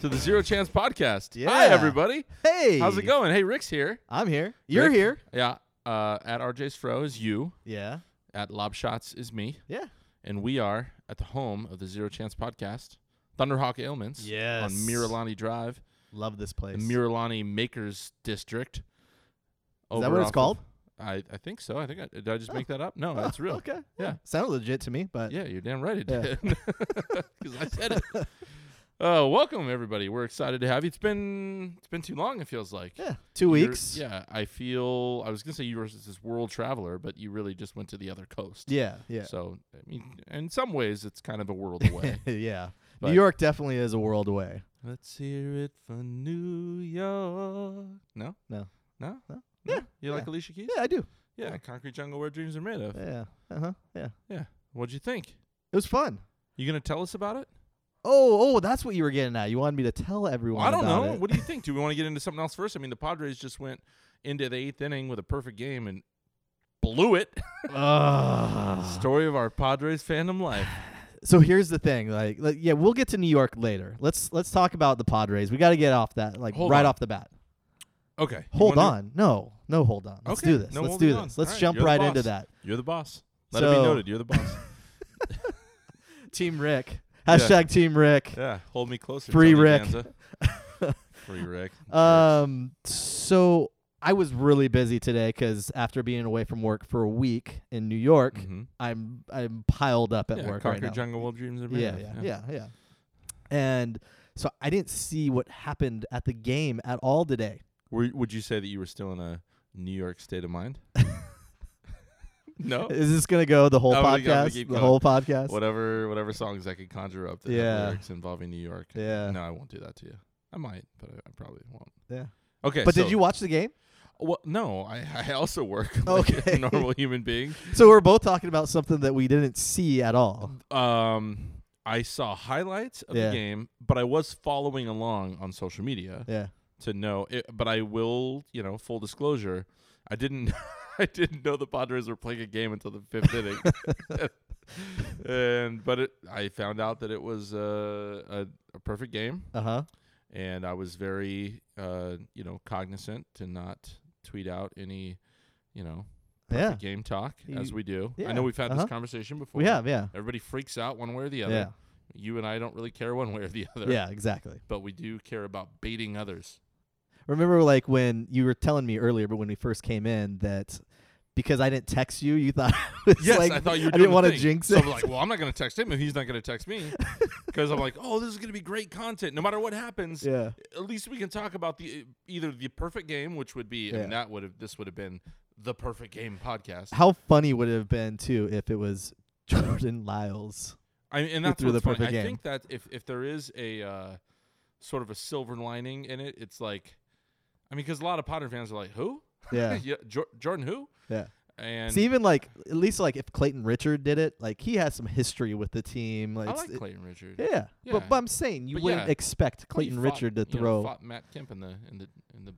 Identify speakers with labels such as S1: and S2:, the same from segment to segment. S1: to the Zero Chance Podcast. Hi,
S2: Yeah.
S1: everybody.
S2: Hey,
S1: How's it going? Hey, Rick's here.
S2: I'm here. You're
S1: Rick?
S2: here.
S1: Yeah. Uh, at RJ's Fro is you.
S2: Yeah.
S1: At Lob Shots is me.
S2: Yeah.
S1: And we are at the home of the Zero Chance Podcast, Thunderhawk Ailments.
S2: Yes.
S1: On Miralani Drive,
S2: Love this
S1: the
S2: place.
S1: Miralani Makers District. Is
S2: Is that what it's called?
S1: I, I think so. I think I did. I just
S2: Oh.
S1: make that up. No,
S2: Oh,
S1: that's real.
S2: Okay.
S1: Yeah.
S2: Sounded legit to me, but
S1: Yeah, you're damn right it
S2: Yeah.
S1: did. 'Cause I said it. Oh, welcome everybody. We're excited to have you. It's been it's been too long. It feels like
S2: Yeah, 2
S1: You're-
S2: weeks.
S1: Yeah, I feel I was gonna say you were just this world traveler, but you really just went to the other coast.
S2: Yeah. Yeah.
S1: So I mean, in some ways, it's kind of a world away.
S2: yeah.
S1: But-
S2: New York definitely is a world away.
S1: Let's hear it for New York. No.
S2: No.
S1: No.
S2: No.
S1: No?
S2: Yeah,
S1: You like Alicia Keys?
S2: Yeah, I do.
S1: Yeah.
S2: yeah.
S1: Concrete jungle where dreams are made of.
S2: Yeah. Uh huh. Yeah.
S1: Yeah. What'd you think?
S2: It was fun.
S1: You gonna tell us about it?
S2: Oh, oh, that's what you were getting at. You wanted me to tell everyone.
S1: I don't
S2: about
S1: know.
S2: it.
S1: What do you think? Do we want to get into something else first? I mean, the Padres just went into the eighth inning with a perfect game and blew it. Uh-huh.
S2: Ugh.
S1: Story of our Padres fandom life.
S2: so here's the thing. Like, like, yeah, we'll get to New York later. Let's let's talk about the Padres. We got to get off that like
S1: Hold
S2: right
S1: on.
S2: off the bat.
S1: Okay. you
S2: Hold
S1: wanna do-
S2: on. no, no, hold on. Let's
S1: Okay,
S2: do this.
S1: no
S2: Let's
S1: holding
S2: do
S1: on.
S2: this. Let's
S1: All right,
S2: jump
S1: you're the
S2: right into
S1: boss.
S2: that.
S1: You're the boss. Let it be
S2: So-
S1: noted. You're the boss.
S2: Team Rick.
S1: Yeah.
S2: Hashtag Team Rick.
S1: yeah. Hold me closer.
S2: Free
S1: Tony
S2: Rick.
S1: Danza. Free Rick.
S2: Um. So I was really busy today because after being away from work for a week in New York,
S1: Mhm.
S2: I'm I'm piled up at
S1: yeah,
S2: work right
S1: Concrete
S2: now.
S1: jungle world dreams are made
S2: yeah,
S1: of.
S2: yeah, yeah, yeah. And so I didn't see what happened at the game at all today.
S1: Were, would you say that you were still in a New York state of mind? no.
S2: Is this gonna go the whole
S1: I'm gonna- I'm gonna
S2: podcast?
S1: keep
S2: the
S1: going.
S2: whole podcast?
S1: Whatever, whatever songs I could conjure up that have
S2: Yeah.
S1: lyrics involving New York.
S2: Yeah.
S1: No, I won't do that to you. I might, but I, I probably won't.
S2: Yeah.
S1: Okay.
S2: But
S1: so-
S2: did you watch the game?
S1: Well, no, I, I also work like a
S2: Okay.
S1: normal human being.
S2: So we're both talking about something that we didn't see at all.
S1: Um, I saw highlights of
S2: Yeah.
S1: the game, but I was following along on social media
S2: Yeah.
S1: to know. It, but I will, you know, full disclosure, I didn't. I didn't know the Padres were playing a game until the fifth inning, and but it, I found out that it was uh, a a perfect game.
S2: Uh huh.
S1: and I was very, uh, you know, cognizant to not tweet out any, you know,
S2: Yeah.
S1: game talk as
S2: You-
S1: we do. I
S2: yeah,
S1: know we've had
S2: uh-huh.
S1: this conversation before.
S2: We have. Yeah.
S1: Everybody freaks out one way or the other.
S2: Yeah.
S1: You and I don't really care one way or the other.
S2: Yeah. Exactly.
S1: But we do care about baiting others.
S2: Remember, like when you were telling me earlier, but when we first came in, that because I didn't text you, you thought it was
S1: yes,
S2: like
S1: I thought you were
S2: I
S1: doing
S2: didn't
S1: want
S2: wanna
S1: to
S2: jinx
S1: So
S2: it.
S1: I'm like, well, I'm not going to text him if he's not going to text me. Because I'm like, oh, this is going to be great content. No matter what happens,
S2: yeah,
S1: at least we can talk about the either the perfect game, which would be, I mean,
S2: Yeah.
S1: that would have, this would have been the perfect game podcast.
S2: how funny would it have been too if it was Jordan Lyles?
S1: I mean, and that's
S2: threw
S1: what's
S2: the
S1: funny.
S2: perfect
S1: I
S2: game.
S1: think that if if there is a uh, sort of a silver lining in it, it's like, I mean, because a lot of Potter fans are like, who?
S2: Yeah,
S1: Jor- Jordan who?
S2: yeah.
S1: And
S2: See, even like at least like if Clayton Richard did it, like he has some history with the team. Like,
S1: I
S2: it's-
S1: like Clayton Richard.
S2: it- yeah.
S1: Yeah.
S2: but but I'm saying you
S1: But
S2: wouldn't
S1: yeah.
S2: expect
S1: Well, he
S2: Clayton
S1: fought,
S2: Richard to
S1: you know,
S2: throw.
S1: fought Matt Kemp in the in the in the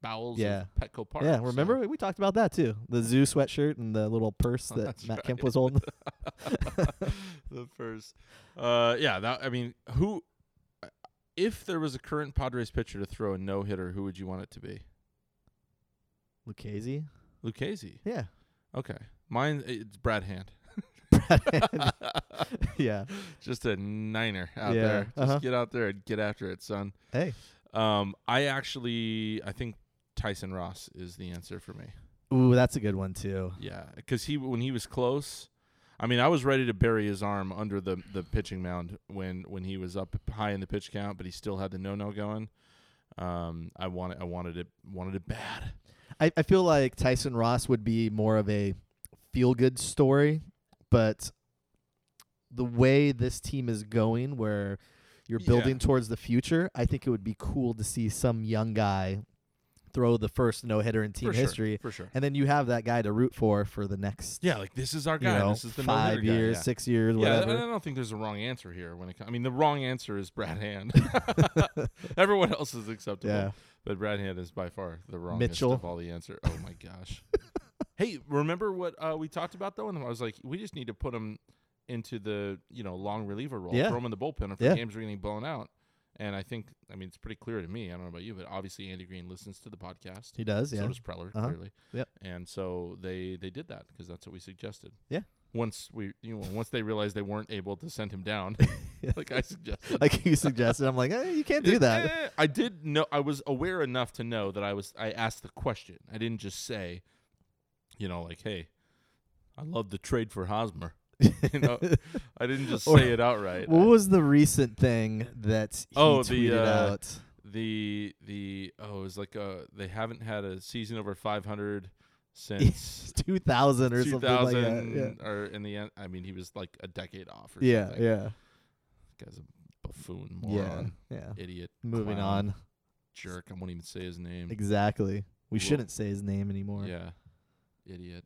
S1: bowels
S2: Yeah.
S1: of Petco Park.
S2: yeah,
S1: so-
S2: remember we talked about that too. The zoo sweatshirt and the little purse that
S1: That's
S2: Matt Kemp
S1: right.
S2: was holding.
S1: the first. Uh, yeah, that I mean, who? uh, If there was a current Padres pitcher to throw a no hitter, who would you want it to be?
S2: Lucchese.
S1: Lucchese.
S2: Yeah.
S1: Okay, mine it's Brad Hand.
S2: yeah.
S1: just a niner out
S2: Yeah,
S1: there. Just
S2: uh-huh.
S1: get out there and get after it, son.
S2: Hey.
S1: Um, I actually, I think Tyson Ross is the answer for me.
S2: Ooh, that's a good one too.
S1: Yeah, because he when he was close, I mean, I was ready to bury his arm under the the pitching mound when when he was up high in the pitch count, but he still had the no no going. Um, I wanted I wanted it wanted it bad.
S2: I, I feel like Tyson Ross would be more of a feel good story, but the way this team is going, where you're
S1: Yeah.
S2: building towards the future, I think it would be cool to see some young guy throw the first no hitter in team
S1: For sure,
S2: history.
S1: for sure.
S2: And then you have that guy to root for for the next
S1: Yeah, like this is our
S2: you
S1: guy.
S2: know,
S1: this is the no-hitter
S2: five
S1: guy,
S2: years,
S1: yeah.
S2: six years,
S1: Yeah,
S2: whatever.
S1: I- I don't think there's a wrong answer here. When it comes, I mean, the wrong answer is Brad Hand. Everyone else is acceptable,
S2: yeah.
S1: but Brad Hand is by far the wrongest
S2: Mitchell.
S1: of all the answer. Oh my gosh! hey, remember what uh, we talked about though? And I was like, we just need to put him into the you know long reliever role,
S2: Yeah.
S1: throw him in the bullpen if
S2: Yeah.
S1: the games are getting blown out, And I think, I mean, it's pretty clear to me. I don't know about you, but obviously Andy Green listens to the podcast.
S2: He does,
S1: So
S2: yeah.
S1: does Preller,
S2: Uh-huh.
S1: clearly.
S2: Yep.
S1: And so they they did that because that's what we suggested.
S2: Yeah.
S1: Once we, you know, once they realized they weren't able to send him down, like I suggested.
S2: like you suggested, I'm like, eh, you can't do that.
S1: Eh, I did know. I was aware enough to know that I was. I asked the question. I didn't just say, you know, like, "Hey, I love the trade for Hosmer." you know, I didn't just
S2: Or-
S1: say it outright.
S2: What was the recent thing that he
S1: Oh, the,
S2: tweeted
S1: uh,
S2: out?
S1: the the oh, it was like uh they haven't had a season over 500 since
S2: 2000 or something like
S1: 2000
S2: that.
S1: or in the end. I mean, he was like a decade off. Or
S2: Yeah, yeah,
S1: something.
S2: yeah,
S1: Guy's a buffoon,
S2: yeah,
S1: moron,
S2: yeah.
S1: idiot,
S2: Moving
S1: clown,
S2: on.
S1: jerk. I won't even say his name.
S2: Exactly. We
S1: Well-
S2: shouldn't say his name anymore.
S1: Yeah. Idiot.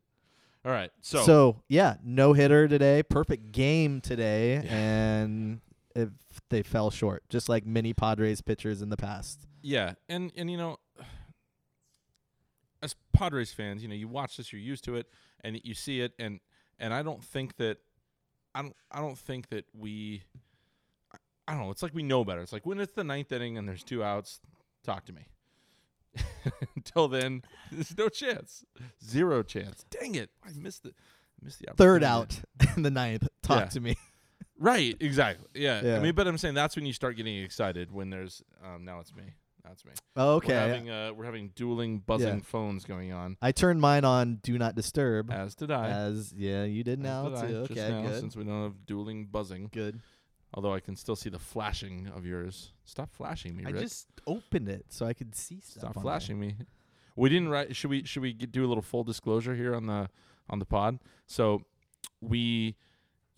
S1: All right. So,
S2: So, yeah, no hitter today. Perfect game today,
S1: Yeah.
S2: and if they fell short, just like many Padres pitchers in the past.
S1: yeah, and and you know as Padres fans, you know, you watch this, you're used to it and you see it and and I don't think that I don't I don't think that we I- I don't know, it's like we know better. It's like when it's the ninth inning and there's two outs, talk to me. Until then, there's no chance. Zero chance. Dang it. I missed the I missed the
S2: Third
S1: opportunity.
S2: out in the ninth. Talk
S1: Yeah.
S2: to me.
S1: Right, exactly. Yeah. I
S2: Yeah.
S1: mean, but I'm saying that's when you start getting excited when there's um now it's me. That's me.
S2: Oh,
S1: We're
S2: okay.
S1: having uh we're having dueling buzzing phones going on.
S2: I turned mine on do not disturb.
S1: As did I.
S2: Mm-hmm. as yeah, you did
S1: As
S2: now
S1: did I,
S2: too. Okay,
S1: just now,
S2: good.
S1: since we don't have dueling buzzing.
S2: good.
S1: Although I can still see the flashing of yours. Stop flashing me,
S2: I
S1: Rick.
S2: just opened it so I could see stuff.
S1: Stop
S2: on
S1: flashing me. We didn't write should we should we get, do a little full disclosure here on the on the pod? So we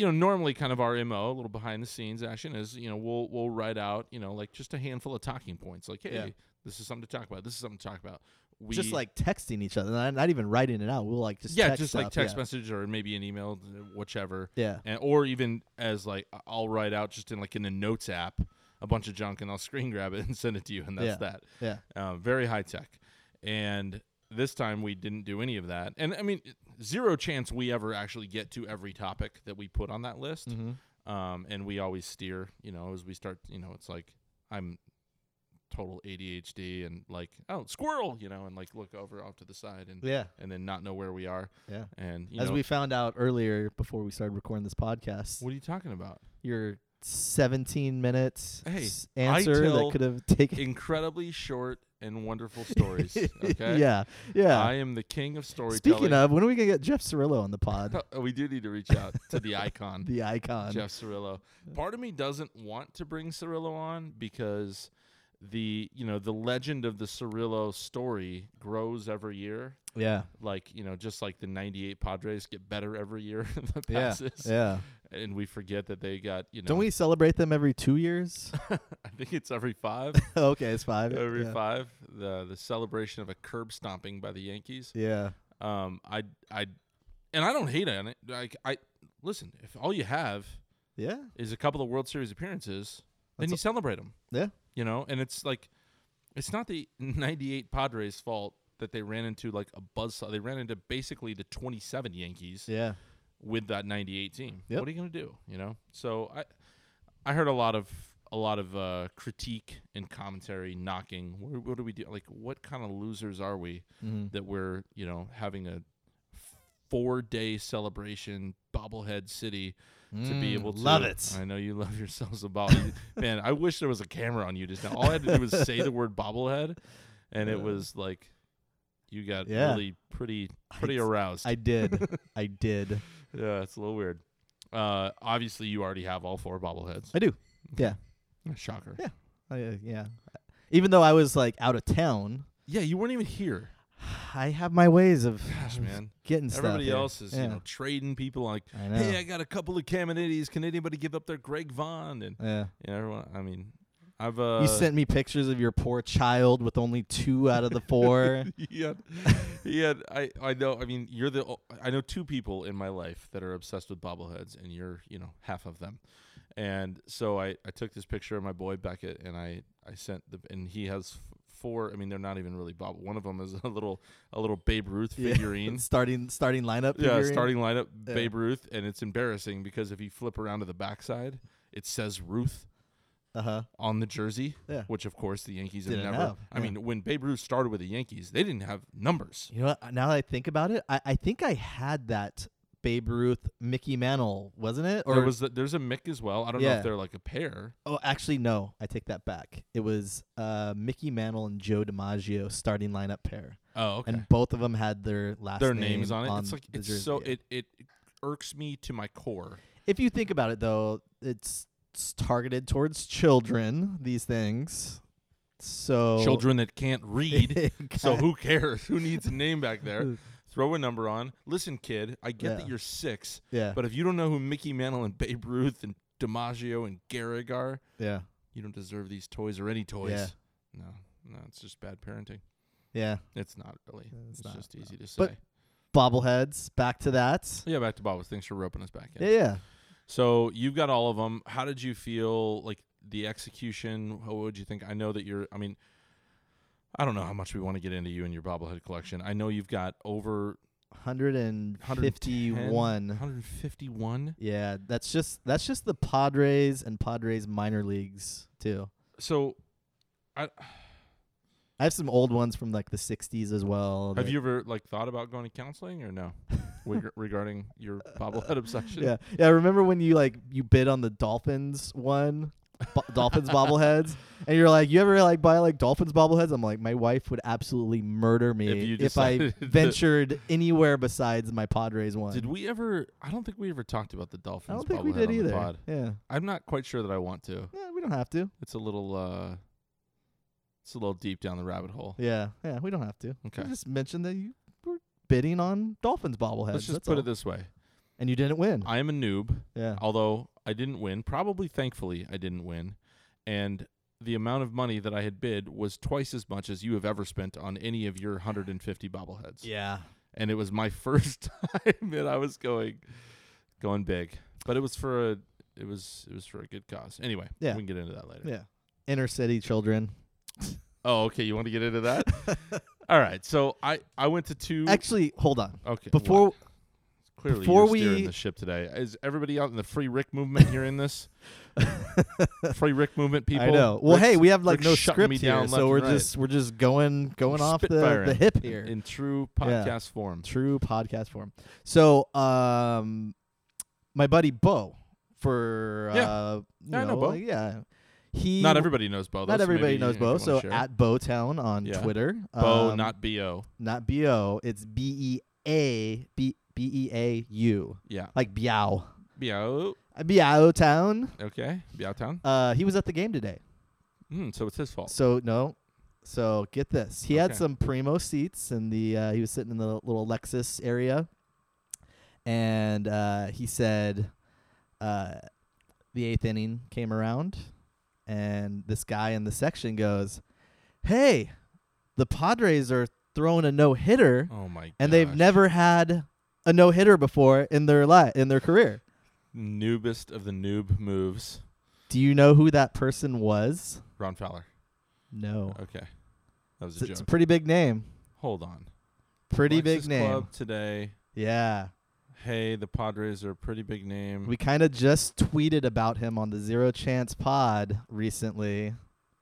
S1: you know, normally kind of our MO, a little behind the scenes action is, you know, we'll we'll write out, you know, like just a handful of talking points. Like, hey,
S2: Yeah.
S1: this is something to talk about. This is something to talk about.
S2: there.
S1: We
S2: Just like texting each other, not, not even writing it out. We'll like just
S1: yeah,
S2: text
S1: just like
S2: stuff,
S1: text
S2: yeah.
S1: message or maybe an email, whichever,
S2: Yeah,
S1: and or even as like I- I'll write out just in like in the notes app a bunch of junk and I'll screen grab it and send it to you, and that's
S2: Yeah.
S1: that.
S2: yeah,
S1: Uh, very high tech, and this time we didn't do any of that. And I mean, zero chance we ever actually get to every topic that we put on that list.
S2: mm-hmm.
S1: Um, and we always steer, you know, as we start, you know, it's like I'm total ADHD and like oh squirrel, you know, and like look over off to the side and
S2: yeah,
S1: and then not know where we are.
S2: yeah.
S1: And you
S2: As
S1: know,
S2: we found out earlier before we started recording this podcast,
S1: what are you talking about?
S2: your 17 minutes
S1: Hey,
S2: s-
S1: I
S2: answer that
S1: tell
S2: could have taken.
S1: Incredibly short and wonderful stories. Okay.
S2: yeah, yeah.
S1: I am the king of storytelling.
S2: Speaking of, when are we gonna get Jeff Cirillo on the pod?
S1: Oh, we do need to reach out to the icon,
S2: the icon.
S1: Jeff Cirillo. Part of me doesn't want to bring Cirillo on because the you know the legend of the Cirillo story grows every year.
S2: Yeah,
S1: Like you know, just like the '98 Padres get better every year that
S2: Yeah,
S1: passes,
S2: yeah.
S1: and we forget that they got you know.
S2: Don't we celebrate them every two years?
S1: I think it's every five,
S2: okay, it's five.
S1: every
S2: yeah.
S1: five. The the celebration of a curb stomping by the Yankees.
S2: Yeah.
S1: Um, I I, and I don't hate on it. Like I listen, if all you have
S2: Yeah.
S1: is a couple of World Series appearances, then
S2: That's
S1: you
S2: a-
S1: celebrate them.
S2: Yeah.
S1: You know, and it's like, it's not the '98 Padres' fault that they ran into like a buzzsaw. They ran into basically the 27 Yankees
S2: Yeah.
S1: with that 98 team.
S2: Yep.
S1: What are you going to do, you know? So I I heard a lot of a lot of uh, critique and commentary knocking what, what do we do like what kind of losers are we
S2: Mm.
S1: that we're, you know, having a four-day celebration bobblehead city to be able to
S2: Mm, love it.
S1: I know you love yourselves a bobblehead. Man, I wish there was a camera on you just now. All I had to do was say the word bobblehead, and it
S2: Yeah.
S1: was like you got
S2: Yeah.
S1: really pretty pretty
S2: I-
S1: aroused.
S2: I did. I did.
S1: yeah, it's a little weird. Uh, obviously, you already have all four bobbleheads.
S2: I do. Yeah.
S1: Shocker.
S2: Yeah. I, uh, yeah. Even though I was like out of town,
S1: Yeah, you weren't even here.
S2: I have my ways of
S1: Gosh,
S2: of
S1: man.
S2: getting stuff.
S1: Everybody
S2: here.
S1: else is,
S2: Yeah.
S1: you know, trading people like,
S2: I know.
S1: hey, I got a couple of Caminides. Can anybody give up their Greg Vaughn? And
S2: yeah.
S1: you know, everyone, I mean, I've uh,
S2: you sent me pictures of your poor child with only two out of the four.
S1: he had, he had, I, I know. I mean, you're the. o- I know two people in my life that are obsessed with bobbleheads, and you're, you know, half of them. And so I, I took this picture of my boy Beckett, and I, I sent the, and he has f- four. I mean, they're not even really bob. One of them is a little, a little Babe Ruth
S2: Yeah.
S1: figurine.
S2: starting starting lineup.
S1: Yeah,
S2: figurine.
S1: starting lineup
S2: Yeah.
S1: Babe Ruth, and it's embarrassing because if you flip around to the backside, it says Ruth.
S2: Uh huh.
S1: on the jersey,
S2: Yeah.
S1: which of course the Yankees have
S2: Didn't
S1: never.
S2: have,
S1: I
S2: yeah.
S1: mean, when Babe Ruth started with the Yankees, they didn't have numbers.
S2: You know what? Uh, Now that I think about it, I, I think I had that Babe Ruth Mickey Mantle, wasn't it?
S1: Or there was the, there's a Mick as well. I don't know
S2: Yeah.
S1: if they're like a pair.
S2: oh, actually, no. I take that back. It was uh, Mickey Mantle and Joe DiMaggio starting lineup pair,
S1: Oh, okay.
S2: and both of them had their last
S1: their
S2: name
S1: names on it. it's like
S2: the
S1: it's
S2: jersey.
S1: so
S2: Yeah.
S1: it, it it irks me to my core.
S2: If you think about it, though, it's, it's targeted towards children. These things, so
S1: Children that can't read.
S2: It
S1: so
S2: kinda-
S1: who cares? Who needs a name back there? Throw a number on. Listen, kid, I get
S2: Yeah.
S1: that you're six,
S2: Yeah,
S1: but if you don't know who Mickey Mantle and Babe Ruth and DiMaggio and Gehrig are,
S2: yeah,
S1: you don't deserve these toys or any toys.
S2: Yeah.
S1: No, no, it's just bad parenting.
S2: yeah.
S1: It's not really.
S2: It's
S1: It's,
S2: not,
S1: just
S2: no.
S1: easy to say.
S2: But- Bobbleheads. Back to that.
S1: yeah, back to Bob. Thanks for roping us back in.
S2: Yeah, yeah.
S1: So you've got all of them. How did you feel like the execution? What would you think? I know that you're. I mean, I don't know how much we want to get into you and your bobblehead collection. I know you've got over
S2: 151.
S1: 151.
S2: Yeah, that's just that's just the Padres and Padres minor leagues too.
S1: So, I,
S2: I have some old ones from like the 60s as well.
S1: have
S2: that-
S1: you ever like thought about going to counseling or no, Reg- regarding your bobblehead obsession?
S2: Yeah. Yeah, I remember when you like you bid on the Dolphins one, bo- Dolphins bobbleheads, and you're like, "You ever like buy like Dolphins bobbleheads?" I'm like, "My wife would absolutely murder me
S1: If you
S2: I
S1: decided that-
S2: ventured anywhere besides my Padres one."
S1: Did we ever? I don't think we ever talked about the Dolphins.
S2: I don't think we
S1: bobblehead
S2: did
S1: on the
S2: either.
S1: pod.
S2: Yeah.
S1: I'm not quite sure that I want to.
S2: Yeah, we don't have to.
S1: It's a little. uh It's a little deep down the rabbit hole.
S2: Yeah. Yeah, we don't have to.
S1: Okay.
S2: You just mentioned that you were bidding on Dolphins bobbleheads.
S1: Let's just
S2: that's
S1: put
S2: all.
S1: it this way:
S2: and you didn't win.
S1: I am a noob,
S2: yeah.
S1: although I didn't win. Probably, thankfully, I didn't win, and the amount of money that I had bid was twice as much as you have ever spent on any of your 150 bobbleheads.
S2: Yeah.
S1: And it was my first time that I was going, going big, but it was for a, it was it was for a good cause. Anyway,
S2: Yeah.
S1: we can get into that later.
S2: Yeah. Inner city children.
S1: Oh, okay. You want to get into that? All right. So I I went to two.
S2: Actually, hold on.
S1: okay.
S2: Before
S1: what? clearly
S2: before
S1: you're steering
S2: we-
S1: the ship today. Is everybody out in the free Rick movement hearing this? free Rick movement people.
S2: I know. Well, hey,
S1: Rick's-
S2: we have like
S1: Rick's
S2: no
S1: shutting
S2: script
S1: me
S2: here,
S1: down left
S2: so
S1: and
S2: we're
S1: right.
S2: just we're just going going off the,
S1: Spitfiring
S2: the hip
S1: in-
S2: here.
S1: in true
S2: Yeah.
S1: podcast form.
S2: True podcast form. So, um, my buddy Bo for
S1: Yeah.
S2: uh, you
S1: Yeah, I know
S2: know,
S1: Bo.
S2: like, yeah, he
S1: Not everybody knows Bo. though,
S2: not
S1: so
S2: everybody
S1: maybe
S2: knows
S1: if
S2: Bo.
S1: you
S2: So
S1: wanna share.
S2: at Bowtown on
S1: Yeah.
S2: Twitter,
S1: Bo,
S2: um,
S1: not B O.
S2: not B O. It's B E A B B E A U,
S1: Yeah,
S2: like E Biao.
S1: B O.
S2: Uh, Biao Town.
S1: Okay, B O town.
S2: Uh, he was at the game today.
S1: Mm, so it's his fault.
S2: So no, so get this. He had
S1: Okay.
S2: some primo seats, and the uh, he was sitting in the little Lexus area, and uh, he said, uh, the eighth inning came around, and this guy in the section goes, "Hey, the Padres are throwing a no hitter."
S1: Oh my.
S2: and they've
S1: gosh.
S2: never had a no hitter before in their life in their career.
S1: noobest of the noob moves.
S2: Do you know who that person was?
S1: Ron Fowler.
S2: No,
S1: Okay, that was
S2: it's,
S1: a
S2: Oh. it's a
S1: joke.
S2: pretty big name.
S1: Hold on.
S2: Pretty
S1: Lexus
S2: big name.
S1: Club today.
S2: Yeah,
S1: Hey, the Padres are a pretty big name.
S2: we kind of just tweeted about him on the Zero Chance Pod recently.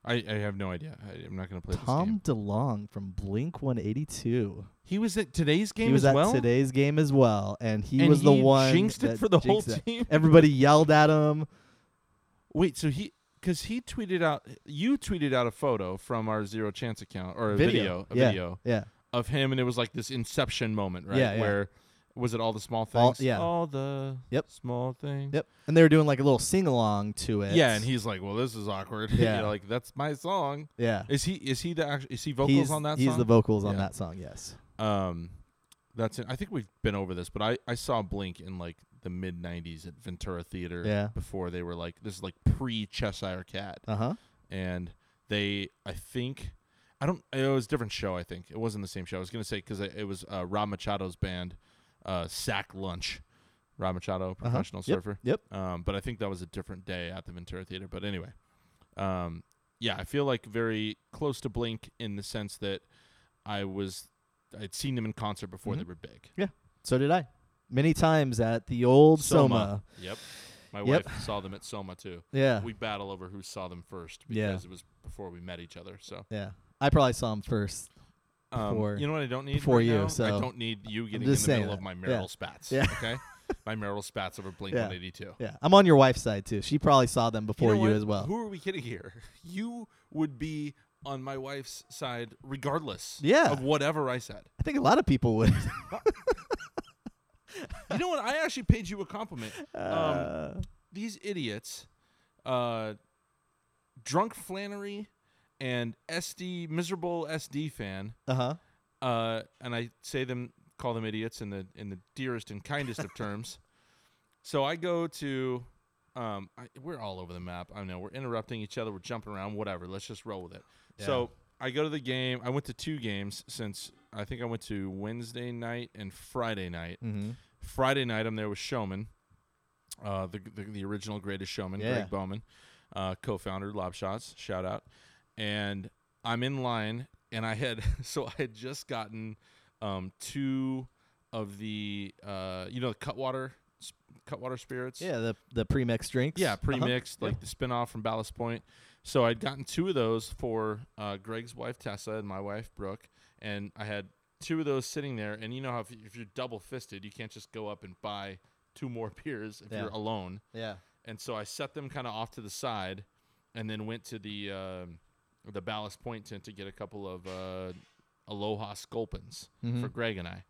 S1: I, I have no idea. I, I'm not going to play this game.
S2: Tom DeLong from Blink 182.
S1: He was at today's game
S2: he was
S1: as
S2: at
S1: well.
S2: today's game as well, and he
S1: And
S2: was the
S1: he
S2: one
S1: jinxed it
S2: that
S1: for the whole
S2: jinxed it.
S1: team.
S2: Everybody yelled at him.
S1: Wait, so he because he tweeted out you tweeted out a photo from our zero chance account or a
S2: Video.
S1: video, a
S2: Yeah.
S1: video
S2: Yeah,
S1: of him, and it was like this inception moment, right?
S2: Yeah, yeah.
S1: Where was it all the small
S2: All-
S1: things?
S2: yeah.
S1: all the
S2: Yep.
S1: small things.
S2: yep. And they were doing like a little sing along to it.
S1: Yeah, and he's like, "Well, this is awkward." You
S2: Yeah.
S1: know, like that's my song.
S2: yeah.
S1: Is he is he the actual, is he vocals
S2: he's,
S1: on that
S2: he's
S1: song?
S2: the vocals on
S1: Yeah.
S2: that song. Yes.
S1: Um, that's it. I think we've been over this, but I, I saw Blink in like the mid '90s at Ventura Theater.
S2: Yeah.
S1: Before they were like this is like pre Cheshire Cat,
S2: Uh huh.
S1: and they I think I don't it was a different show. I think it wasn't the same show. I was gonna say because it was uh, Rob Machado's band, uh, Sack Lunch. Rob Machado, professional
S2: Uh-huh. Yep.
S1: surfer.
S2: Yep.
S1: Um, but I think that was a different day at the Ventura Theater. But anyway, um, yeah, I feel like very close to Blink in the sense that I was I'd seen them in concert before
S2: Mhm.
S1: they were big.
S2: So did I. Many times at the old Soma.
S1: Yep. My
S2: Yep.
S1: wife saw them at Soma too.
S2: Yeah.
S1: We battle over who saw them first
S2: Yeah.
S1: because it was before we met each other. So
S2: yeah. I probably saw him first.
S1: um,
S2: Before-
S1: you know what I don't need
S2: before
S1: right
S2: you,
S1: now? I
S2: so
S1: don't need you getting in
S2: just
S1: the middle
S2: saying
S1: of
S2: that.
S1: my
S2: Yeah.
S1: marital spats.
S2: Yeah.
S1: Okay, my marital spats over Blink
S2: Yeah.
S1: 182.
S2: Yeah. I'm on your wife's side too. She probably saw them before
S1: know
S2: you,
S1: what?
S2: as well.
S1: Who are we kidding here? You would be on my wife's side regardless
S2: Yeah.
S1: of whatever I said.
S2: I think a lot of people would.
S1: Um, You know what? I actually paid you a compliment.
S2: Uh,
S1: These idiots, uh, drunk Flannery and SD miserable SD fan,
S2: huh.
S1: uh, and I say them call them idiots in the in the dearest and kindest of terms. So I go to um, I, we're all over the map. I know we're interrupting each other. We're jumping around. Whatever. Let's just roll with it. So I go to the game. I went to two games since I think I went to Wednesday night and Friday night.
S2: Mm-hmm.
S1: Friday night, I'm there with Showman, uh, the, the the original greatest showman,
S2: Yeah.
S1: Greg Bowman, uh, co-founder of Lob Shots, shout out. And I'm in line, and I had so I had just gotten um, two of the uh, you know the Cutwater s- Cutwater spirits,
S2: Yeah. The the pre-mixed drinks.
S1: yeah,
S2: Uh-huh.
S1: pre-mixed,
S2: Yeah.
S1: like the spin-off from Ballast Point. So I'd gotten two of those for uh, Greg's wife Tessa and my wife Brooke, and I had two of those sitting there. And you know how if, if you're double-fisted, you can't just go up and buy two more beers if
S2: Yeah.
S1: you're alone.
S2: Yeah.
S1: And so I set them kind of off to the side, and then went to the um the Ballast Point tent to get a couple of uh, Aloha Sculpins
S2: Mhm.
S1: for Greg and I.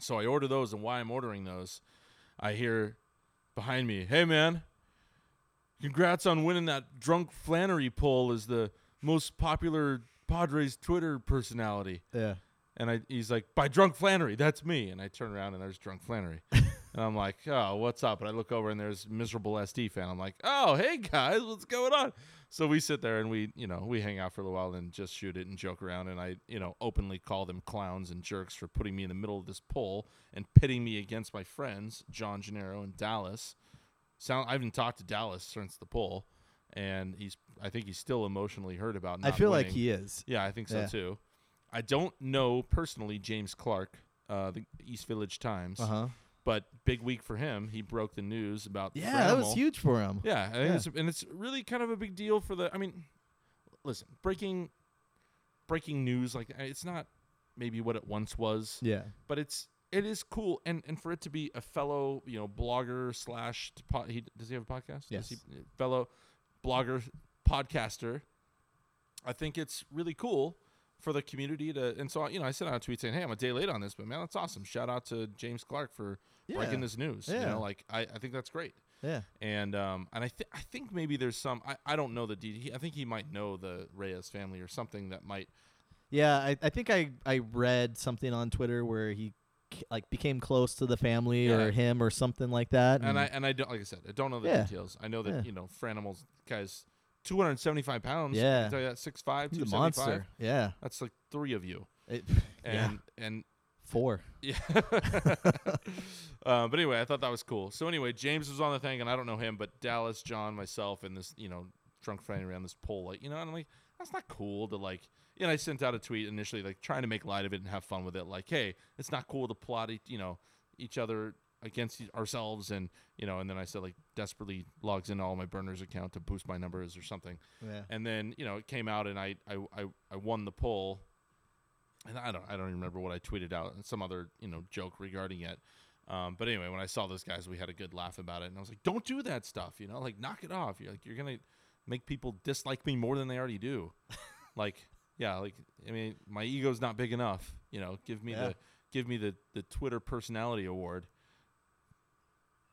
S1: So I order those, and why I'm ordering those, I hear behind me, "Hey man, congrats on winning that drunk Flannery poll as the most popular Padres Twitter personality."
S2: Yeah.
S1: And I, he's like, "By drunk Flannery, that's me." And I turn around, and there's drunk Flannery, and I'm like, "Oh, what's up?" And I look over, and there's miserable SD fan. I'm like, "Oh, hey guys, what's going on?" So we sit there and we, you know, we hang out for a little while and just shoot it and joke around. And I, you know, openly call them clowns and jerks for putting me in the middle of this poll and pitting me against my friends John Gennaro and Dallas. Sound I haven't talked to Dallas since the poll, and he's I think he's still emotionally hurt about.
S2: I
S1: Not
S2: feel like
S1: winning.
S2: he is.
S1: Yeah, I think so
S2: Yeah.
S1: too. I don't know personally James Clark, uh, the East Village Times,
S2: Uh huh.
S1: but big week for him. He broke the news about
S2: Yeah. That was
S1: Framel.
S2: huge for him.
S1: Yeah, I think
S2: Yeah.
S1: It's, and it's really kind of a big deal for the. I mean, listen, breaking breaking news like it's not maybe what it once was,
S2: Yeah.
S1: but it's it is cool and and for it to be a fellow you know blogger slash po- he does he have a podcast Does
S2: Yes.
S1: he, fellow blogger podcaster i think it's really cool for the community to and so I- you know i sent out a tweet saying hey i'm a day late on this but man that's awesome shout out to james clark for breaking
S2: Yeah.
S1: this news you
S2: Yeah.
S1: know like i, I think that's great
S2: Yeah.
S1: and um and I think I think maybe there's some I, I don't know the D he- I think he might know the Reyes family or something that might
S2: Yeah, I, I think I, I read something on Twitter where he c- like became close to the family
S1: Yeah.
S2: or him or something like that.
S1: and I and I don't like I said I don't know the
S2: Yeah.
S1: details I know that
S2: Yeah.
S1: you know Franimals guys 275 pounds I
S2: Yeah.
S1: can tell you that 6'5",
S2: he's a
S1: 275.
S2: monster. Yeah,
S1: that's like three of you
S2: It- yeah,
S1: and and
S2: four.
S1: yeah uh, but anyway I thought that was cool so anyway James was on the thing and I don't know him but Dallas John myself and this you know drunk friend around this pole like you know and I'm like that's not cool to like you know I sent out a tweet initially like trying to make light of it and have fun with it like hey it's not cool to plot e- you know each other against e- ourselves and you know and then I said like desperately logs into all my burners account to boost my numbers or something
S2: Yeah,
S1: and then you know it came out and I I I, I won the poll, and I don't I don't even remember what I tweeted out and some other you know joke regarding it. Um, but anyway, when I saw those guys, we had a good laugh about it, and I was like, "Don't do that stuff, you know, like knock it off. You're like you're gonna make people dislike me more than they already do. like, yeah, like I mean, my ego's not big enough, you know. Give me
S2: Yeah.
S1: the give me the the Twitter personality award.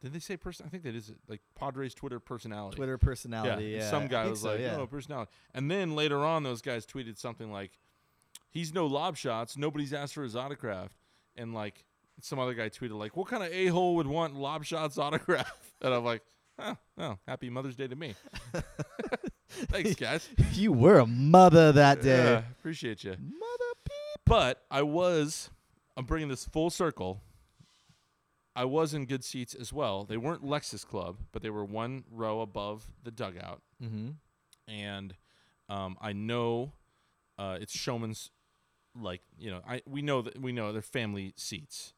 S1: Did they say person? I think that is it, like Padres Twitter personality.
S2: Twitter personality. Yeah,
S1: Yeah, some
S2: I
S1: guy
S2: think
S1: was
S2: so,
S1: like,
S2: yeah.
S1: "Oh, personality," and then later on, those guys tweeted something like, "He's no lob shots. Nobody's asked for his autograph," and like some other guy tweeted like, "What kind of a hole would want lob shots autograph?" And I'm like, "Oh, oh happy Mother's Day to me." Thanks, guys.
S2: you were a mother that day.
S1: Yeah, appreciate you.
S2: Mother peep.
S1: But I was, I'm bringing this full circle. I was in good seats as well. They weren't Lexus Club, but they were one row above the dugout
S2: Mm-hmm.
S1: and um, I know uh, it's Showman's. Like you know, I we know that we know they're family seats.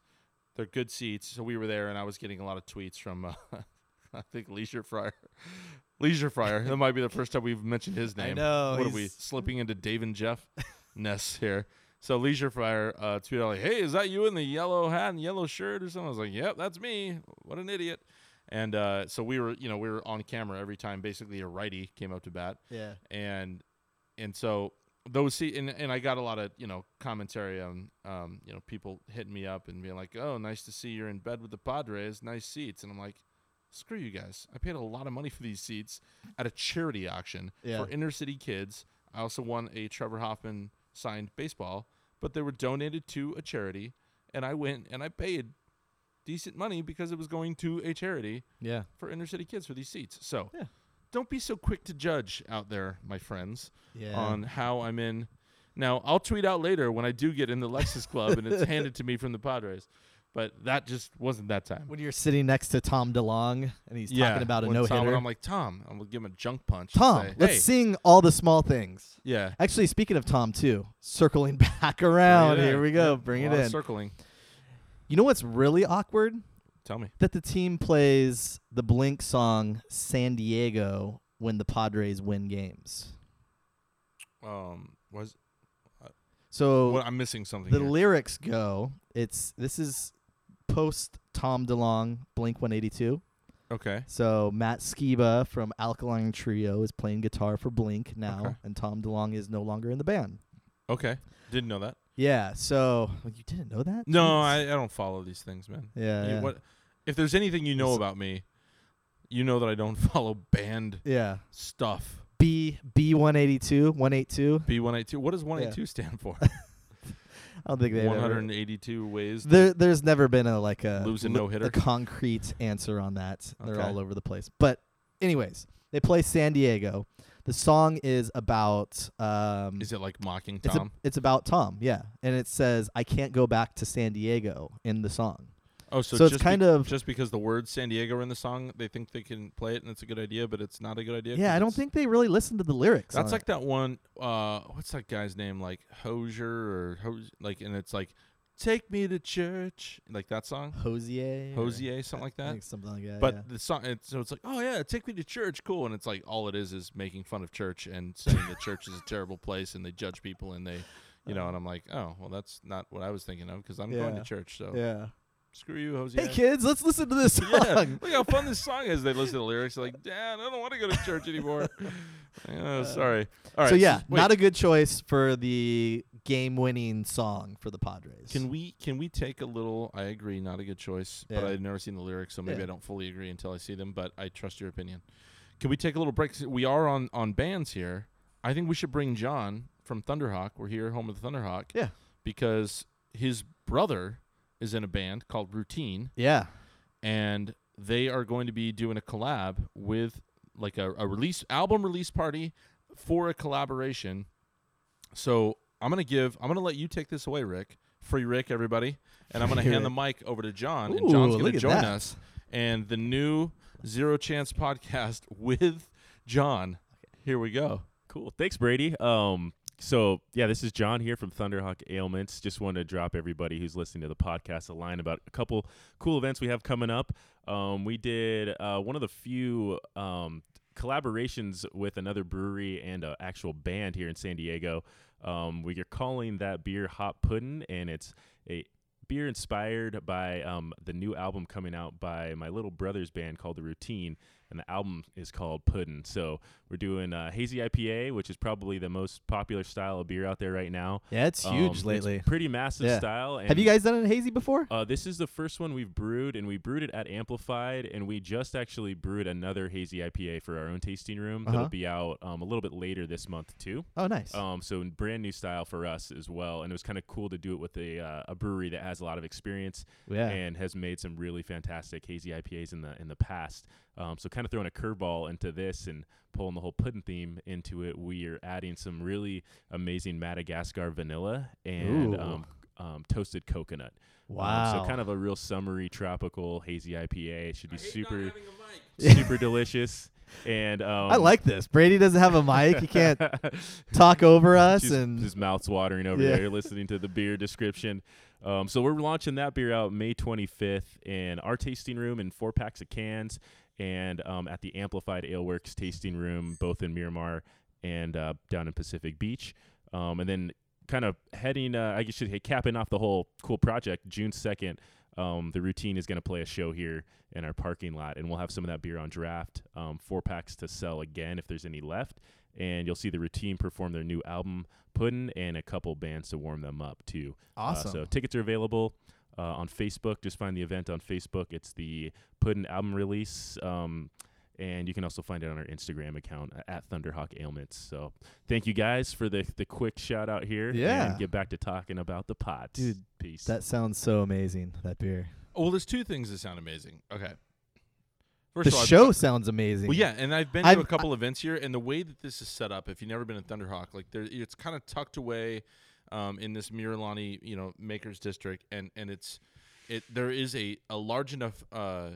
S1: They're good seats, so we were there, and I was getting a lot of tweets from uh, I think Leisure Fryer. Leisure Fryer. That might be the first time we've mentioned his name.
S2: know,
S1: What are we
S2: he's-
S1: slipping into Dave and Jeff Ness here? So Leisure Fryer uh, tweeted out like, "Hey, is that you in the yellow hat and yellow shirt or something?" I was like, "Yep, that's me." What an idiot! And uh, so we were, you know, we were on camera every time. Basically, a righty came up to bat,
S2: Yeah.
S1: and and so those see and, and I got a lot of you know commentary on um you know people hitting me up and being like oh nice to see you're in bed with the Padres nice seats and I'm like screw you guys I paid a lot of money for these seats at a charity auction
S2: Yeah.
S1: for inner city kids I also won a Trevor Hoffman signed baseball but they were donated to a charity and I went and I paid decent money because it was going to a charity
S2: Yeah.
S1: for inner city kids for these seats so
S2: Yeah.
S1: don't be so quick to judge out there my friends
S2: Yeah.
S1: on how I'm in. Now I'll tweet out later when I do get in the Lexus Club and it's handed to me from the Padres, but that just wasn't that time.
S2: when you're sitting next to Tom DeLong and he's talking about a
S1: when
S2: no
S1: Tom- when
S2: hitter.
S1: I'm like Tom, I'm gonna give him a junk punch. and
S2: Tom,
S1: say,
S2: let's
S1: "Hey."
S2: sing all the small things.
S1: Yeah,
S2: Actually, speaking of Tom too, circling back around.
S1: Bring it
S2: Here
S1: in.
S2: we go.
S1: Yeah,
S2: Bring
S1: a
S2: it
S1: lot of
S2: in.
S1: Circling.
S2: you know what's really awkward?
S1: Tell me.
S2: That the team plays the Blink song San Diego when the Padres win games.
S1: Um, was
S2: So
S1: well, I'm missing something.
S2: the
S1: here.
S2: lyrics go, it's this is post Tom DeLong Blink 182.
S1: okay.
S2: So Matt Skiba from Alkaline Trio is playing guitar for Blink now,
S1: Okay.
S2: and Tom DeLong is no longer in the band.
S1: Okay. Didn't know that.
S2: Yeah. So well, you didn't know that?
S1: No,
S2: Jeez.
S1: I, I don't follow these things, man.
S2: Yeah.
S1: You-
S2: yeah.
S1: what? If there's anything you know
S2: It's-
S1: about me, you know that I don't follow band
S2: Yeah.
S1: stuff.
S2: B B one eighty two one eight two.
S1: B182. What does 182 stand for?
S2: I don't think they.
S1: 182 ways. to-
S2: There, there's never been a like a
S1: Lose a
S2: li-
S1: no-hitter?
S2: A concrete answer on that. They're
S1: Okay.
S2: all over the place. But anyways, they play San Diego. The song is about. Um,
S1: Is it like mocking
S2: it's, a-
S1: Tom?
S2: it's about Tom, yeah, and it says I can't go back to San Diego in the song.
S1: oh, so,
S2: so it's
S1: just
S2: kind
S1: be-
S2: of-
S1: just because the words San Diego are in the song, they think they can play it and it's a good idea, but it's not a good idea.
S2: Yeah,
S1: 'cause
S2: I don't
S1: it's-
S2: think they really listened to the lyrics.
S1: that's
S2: on
S1: like
S2: it.
S1: that one. Uh, what's that guy's name? Like Hosier or Hos- like, and it's like, take me to church, like that song,
S2: Hosier, or-
S1: Hosier, something like
S2: I
S1: that.
S2: think something like that.
S1: But
S2: yeah.
S1: the song, it's, so it's like, oh yeah, take me to church, cool, and it's like all it is is making fun of church and saying that church is a terrible place and they judge people and they, you know, and I'm like, oh well, that's not what I was thinking of because I'm going
S2: Yeah.
S1: to church, so
S2: yeah.
S1: screw you, Hosier.
S2: Hey kids, let's listen to this song.
S1: Yeah, look how fun this song is. They listen to the lyrics, they're like, Dad, I don't want to go to church anymore. oh, sorry. All right.
S2: Uh, so yeah,
S1: wait,
S2: not a good choice for the game-winning song for the Padres.
S1: can we can we take a little? I agree, not a good choice,
S2: Yeah.
S1: but I've never seen the lyrics, so maybe
S2: Yeah.
S1: I don't fully agree until I see them. But I trust your opinion. Can we take a little break? 'Cause We are on on bands here. I think we should bring John from Thunderhawk. We're here, home of the Thunderhawk.
S2: Yeah.
S1: because his brother is in a band called Routine.
S2: yeah,
S1: and they are going to be doing a collab with like a, a release album release party for a collaboration. So I'm gonna give I'm gonna let you take this away, Rick. Free Rick, everybody, and I'm gonna
S2: Free
S1: hand the
S2: Rick.
S1: mic over to John, and
S2: Ooh,
S1: John's gonna
S2: look at
S1: join
S2: that.
S1: us and the new Zero Chance podcast with John. Here we go.
S3: Cool. Thanks, Brady. Um, so yeah, this is John here from Thunderhawk Ailments. Just wanted to drop everybody who's listening to the podcast a line about a couple cool events we have coming up. Um, we did uh, one of the few um, collaborations with another brewery and an actual band here in San Diego. Um, we are calling that beer Hot Puddin', and it's a beer inspired by um, the new album coming out by my little brother's band called The Routine, and the album is called Puddin'. So we're doing uh, hazy IPA, which is probably the most popular style of beer out there right now.
S2: yeah, it's
S3: Um,
S2: huge
S3: it's
S2: lately.
S3: pretty massive
S2: Yeah.
S3: style. And
S2: Have you guys done a hazy before?
S3: uh, this is the first one we've brewed, and we brewed it at Amplified, and we just actually brewed another hazy IPA for our own tasting room
S2: Uh-huh.
S3: that'll be out um, a little bit later this month too.
S2: oh, nice.
S3: Um, so n- brand new style for us as well, and it was kind of cool to do it with a uh, a brewery that has a lot of experience
S2: yeah,
S1: um,
S3: and has made some really fantastic hazy IPAs in the in the past. Um, so kind of throwing a curveball into this and pulling the whole pudding theme into it, we are adding some really amazing Madagascar vanilla and
S2: Ooh.
S3: um, um, toasted coconut. Um,
S2: wow.
S3: so kind of a real summery, tropical, hazy IPA. It should be super,
S2: mic.
S3: super delicious. And um,
S2: I like this. Brady doesn't have a mic. He can't talk over us,
S3: His,
S2: and
S3: his mouth's watering over
S2: Yeah.
S3: there listening to the beer description. Um, so we're launching that beer out May 25th in our tasting room in four packs of cans. and um, at the Amplified Aleworks tasting room, both in Miramar and uh, down in Pacific Beach. Um, and then kind of heading, uh, I guess, should hey, capping off the whole cool project, June 2nd, um, the routine is going to play a show here in our parking lot, and we'll have some of that beer on draft, um, four packs to sell again if there's any left. And you'll see the routine perform their new album, Puddin', and a couple bands to warm them up, too. Uh,
S2: Awesome.
S3: so tickets are available uh, on Facebook. Just find the event on Facebook. It's the Puddin album release. Um, and you can also find it on our Instagram account uh, at Thunderhawk Ailments. So thank you guys for the the quick shout out here.
S2: Yeah.
S3: And get back to talking about the pot.
S2: Dude,
S3: Peace.
S2: that sounds so amazing. That beer.
S1: Oh, Well, there's two things that sound amazing. Okay. First
S2: The
S1: of all, I've-
S2: show sounds amazing.
S1: Well, yeah, and I've been
S2: I've-
S1: to a couple events here, and the way that this is set up, if you've never been in Thunderhawk, like there, it's kind of tucked away um, in this Miralani, you know, makers district, and and it's it there is a a large enough uh,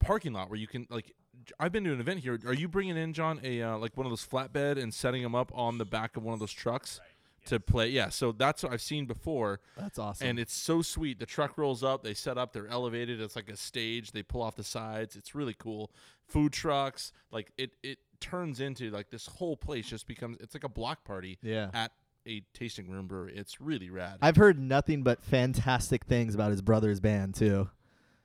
S1: parking lot where you can like. j- I've been to an event here. Are you bringing in John a uh, like one of those flatbed and setting them up on the back of one of those trucks to play? Yeah, so that's what I've seen before.
S2: That's awesome.
S1: And it's so sweet. The truck rolls up, they set up, they're elevated. It's like a stage. They pull off the sides. It's really cool. Food trucks, like it it turns into like this whole place just becomes it's like a block party
S2: yeah.
S1: at a tasting room brewery. It's really rad.
S2: I've heard nothing but fantastic things about his brother's band too.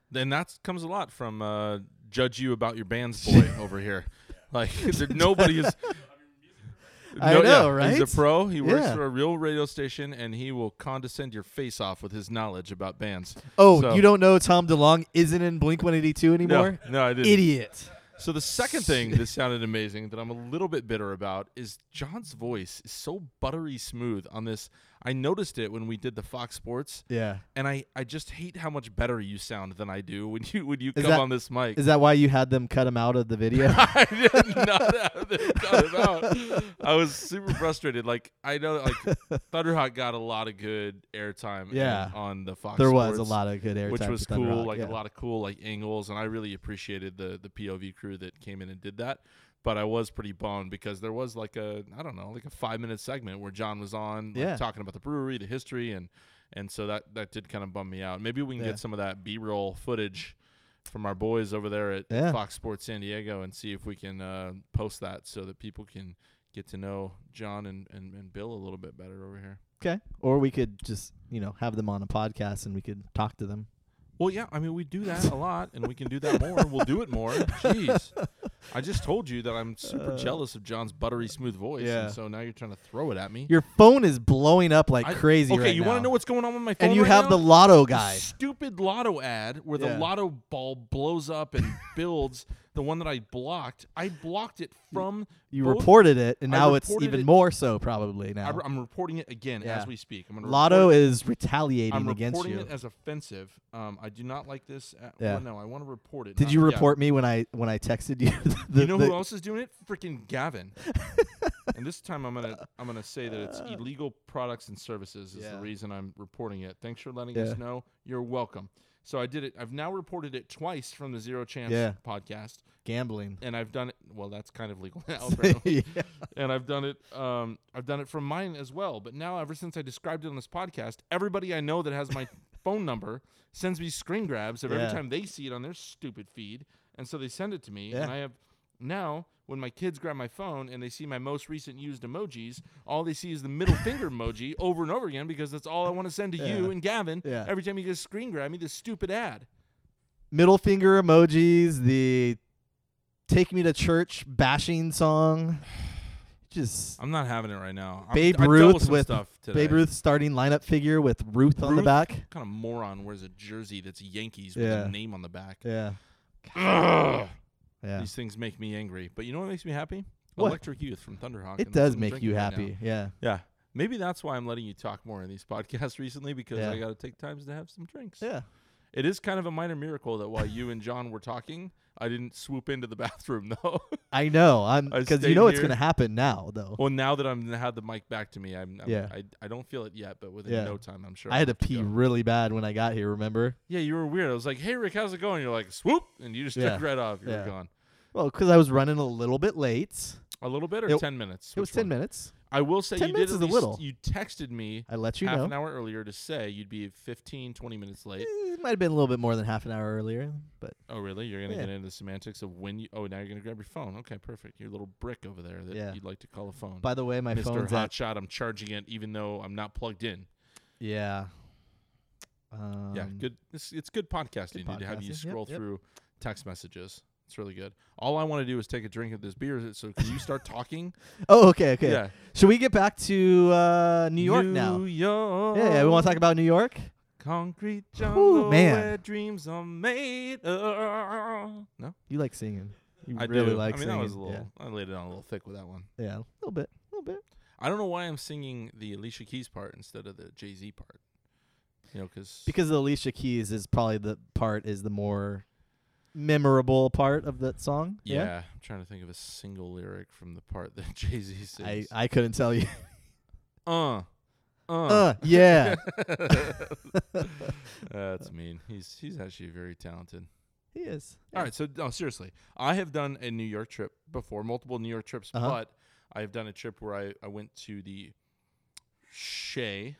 S1: Then that comes a lot from uh, judge you about your band's boy over here. Like there- nobody is.
S2: I know, right?
S1: He's a pro. He works
S2: Yeah.
S1: for a real radio station, and he will condescend your face off with his knowledge about bands.
S2: Oh,
S1: So-
S2: you don't know Tom DeLong isn't in Blink 182 anymore?
S1: No, no, I didn't.
S2: Idiot.
S1: So the second thing that sounded amazing that I'm a little bit bitter about is John's voice is so buttery smooth on this. I noticed it when we did the Fox Sports,
S2: Yeah.
S1: and I, I just hate how much better you sound than I do when you when you
S2: Is
S1: come
S2: that-
S1: on this mic.
S2: Is that why you had them cut him out of the video?
S1: I did not have this thought it out. I was super frustrated. Like I know, like Thunderhawk got a lot of good airtime. in-
S2: Yeah.
S1: on the Fox.
S2: there was a
S1: Sports
S2: lot of good air
S1: which
S2: time
S1: was
S2: for Thunder
S1: cool
S2: Rock,
S1: like
S2: yeah.
S1: a lot of cool like angles and i really appreciated the the pov crew that came in and did that but i was pretty bummed because there was like a i don't know like a five minute segment where john was on like,
S2: Yeah.
S1: talking about the brewery the history and and so that that did kind of bum me out maybe we can
S2: Yeah.
S1: get some of that b-roll footage from our boys over there at
S2: Yeah.
S1: fox sports san diego and see if we can uh, post that so that people can get to know john and, and, and bill a little bit better over here
S2: Okay. Or we could just, you know, have them on a podcast and we could talk to them.
S1: Well, yeah, I mean, we do that a lot, and we can do that more. We'll do it more. Jeez, I just told you that I'm super
S2: Uh,
S1: jealous of John's buttery smooth voice,
S2: yeah.
S1: and so now you're trying to throw it at me.
S2: Your phone is blowing up like
S1: I-
S2: crazy
S1: okay,
S2: right
S1: you
S2: now.
S1: want to know what's going on with my phone?
S2: and you
S1: right
S2: have
S1: now?
S2: the lotto guy.
S1: stupid lotto ad where
S2: Yeah.
S1: the lotto ball blows up and builds. The one that I blocked, I blocked it from.
S2: You
S1: both-
S2: reported it, and
S1: I
S2: now it's
S1: reported
S2: even
S1: it-
S2: more so probably now.
S1: I, am reporting it again
S2: Yeah.
S1: as we speak. I'm gonna
S2: Lotto
S1: report it.
S2: is retaliating
S1: I'm
S2: against
S1: reporting
S2: you.
S1: it as offensive. Um, I do not like this. At,
S2: Yeah.
S1: well, no, I want to report it.
S2: Did
S1: not-
S2: you
S1: yeah.
S2: report me when I when I texted you? the-
S1: you know
S2: the-
S1: who else is doing it? Freaking Gavin. and this time I'm gonna I'm gonna say that it's illegal products and services is
S2: Yeah.
S1: the reason I'm reporting it. Thanks for letting
S2: Yeah.
S1: us know. You're welcome. So I did it. I've now reported it twice from the Zero Chance
S2: Yeah.
S1: podcast,
S2: Gambling.
S1: and I've done it. Well, that's kind of legal now, apparently.
S2: Yeah.
S1: and I've done it. Um, I've done it from mine as well. But now, ever since I described it on this podcast, everybody I know that has my phone number sends me screen grabs of
S2: Yeah.
S1: every time they see it on their stupid feed, and so they send it to me,
S2: Yeah.
S1: and I have. Now, when my kids grab my phone and they see my most recent used emojis, all they see is the middle finger emoji over and over again because that's all I want to send to
S2: Yeah.
S1: you and Gavin
S2: Yeah.
S1: every time you get a screen grab me this stupid ad.
S2: middle finger emojis, the take me to church bashing song. Just
S1: I'm not having it right now.
S2: I'm- Babe I dealt Ruth with some with stuff Babe Ruth starting lineup figure with Ruth, on the
S1: Ruth?
S2: back.
S1: kind of moron wears a jersey that's Yankees
S2: with
S1: with
S2: his Yeah.
S1: a name on the back.
S2: Yeah.
S1: Ugh.
S2: Yeah.
S1: These things make me angry. But you know what makes me happy?
S2: What?
S1: Electric Youth from Thunderhawk. and
S2: It
S1: that's
S2: does
S1: what I'm
S2: make you
S1: drinking right
S2: happy.
S1: now.
S2: yeah.
S1: yeah. Maybe that's why I'm letting you talk more in these podcasts recently because
S2: Yeah.
S1: I got to take times to have some drinks.
S2: Yeah.
S1: It is kind of a minor miracle that while you and John were talking, I didn't swoop into the bathroom though.
S2: I know. I'm
S1: I
S2: because you
S1: stayed
S2: know it's
S1: here.
S2: gonna happen now though.
S1: well, now that I'm had the mic back to me, I'm, I'm
S2: Yeah.
S1: I, I don't feel it yet, but within
S2: Yeah.
S1: no time, I'm sure.
S2: I had to
S1: I'll
S2: pee
S1: go.
S2: really bad when I got here, remember?
S1: Yeah, you were weird. I was like, "Hey, Rick, how's it going?" You're like, "Swoop," and you just
S2: Yeah.
S1: took right off. You
S2: Yeah.
S1: were gone.
S2: Well, because I was running a little bit late.
S1: A little bit or
S2: It-
S1: ten minutes.
S2: It was
S1: Which
S2: ten
S1: one?
S2: minutes.
S1: I will say
S2: 10
S1: you did
S2: minutes
S1: at
S2: is a
S1: least-
S2: little.
S1: You texted me
S2: I let you
S1: half
S2: know.
S1: an hour earlier to say you'd be 15, 20 minutes late.
S2: Eh, It might have been a little bit more than half an hour earlier, but
S1: Oh, really? You're gonna
S2: Yeah.
S1: get into the semantics of when you. Oh, now you're gonna grab your phone. Okay, perfect. Your little brick over there that
S2: Yeah.
S1: you'd like to call a phone.
S2: by the way, my
S1: Mr.
S2: phone's at
S1: Hotshot, I'm charging it even though I'm not plugged in.
S2: yeah. Um,
S1: yeah, good. It's, it's good podcasting, dude, to have
S2: podcasting.
S1: you
S2: Yep,
S1: scroll
S2: yep.
S1: through text messages. It's really good. All I want to do is take a drink of this beer. So can you start talking?
S2: Oh, okay, okay.
S1: Yeah.
S2: Should we get back to uh, New York now?
S1: New York.
S2: Yeah, yeah. We want to talk about New York.
S1: concrete jungle
S2: man.
S1: where dreams are made. of. no,
S2: You like singing. You
S1: I
S2: really
S1: do.
S2: like
S1: I mean,
S2: singing.
S1: that was a little. I laid it on a little thick with that one.
S2: yeah, yeah, a little bit, a little bit.
S1: I don't know why I'm singing the Alicia Keys part instead of the Jay Z part. You know, because
S2: Because the Alicia Keys is probably the part is the more memorable part of that song.
S1: yeah, I'm trying to think of a single lyric from the part that Jay Z
S2: I,
S1: sings.
S2: I couldn't tell you.
S1: uh, uh,
S2: Uh, yeah. Uh.
S1: that's mean. He's he's actually very talented.
S2: he is.
S1: All right, so no, seriously, I have done a New York trip before, multiple New York trips,
S2: Uh-huh.
S1: but I have done a trip where I, I went to the Shea,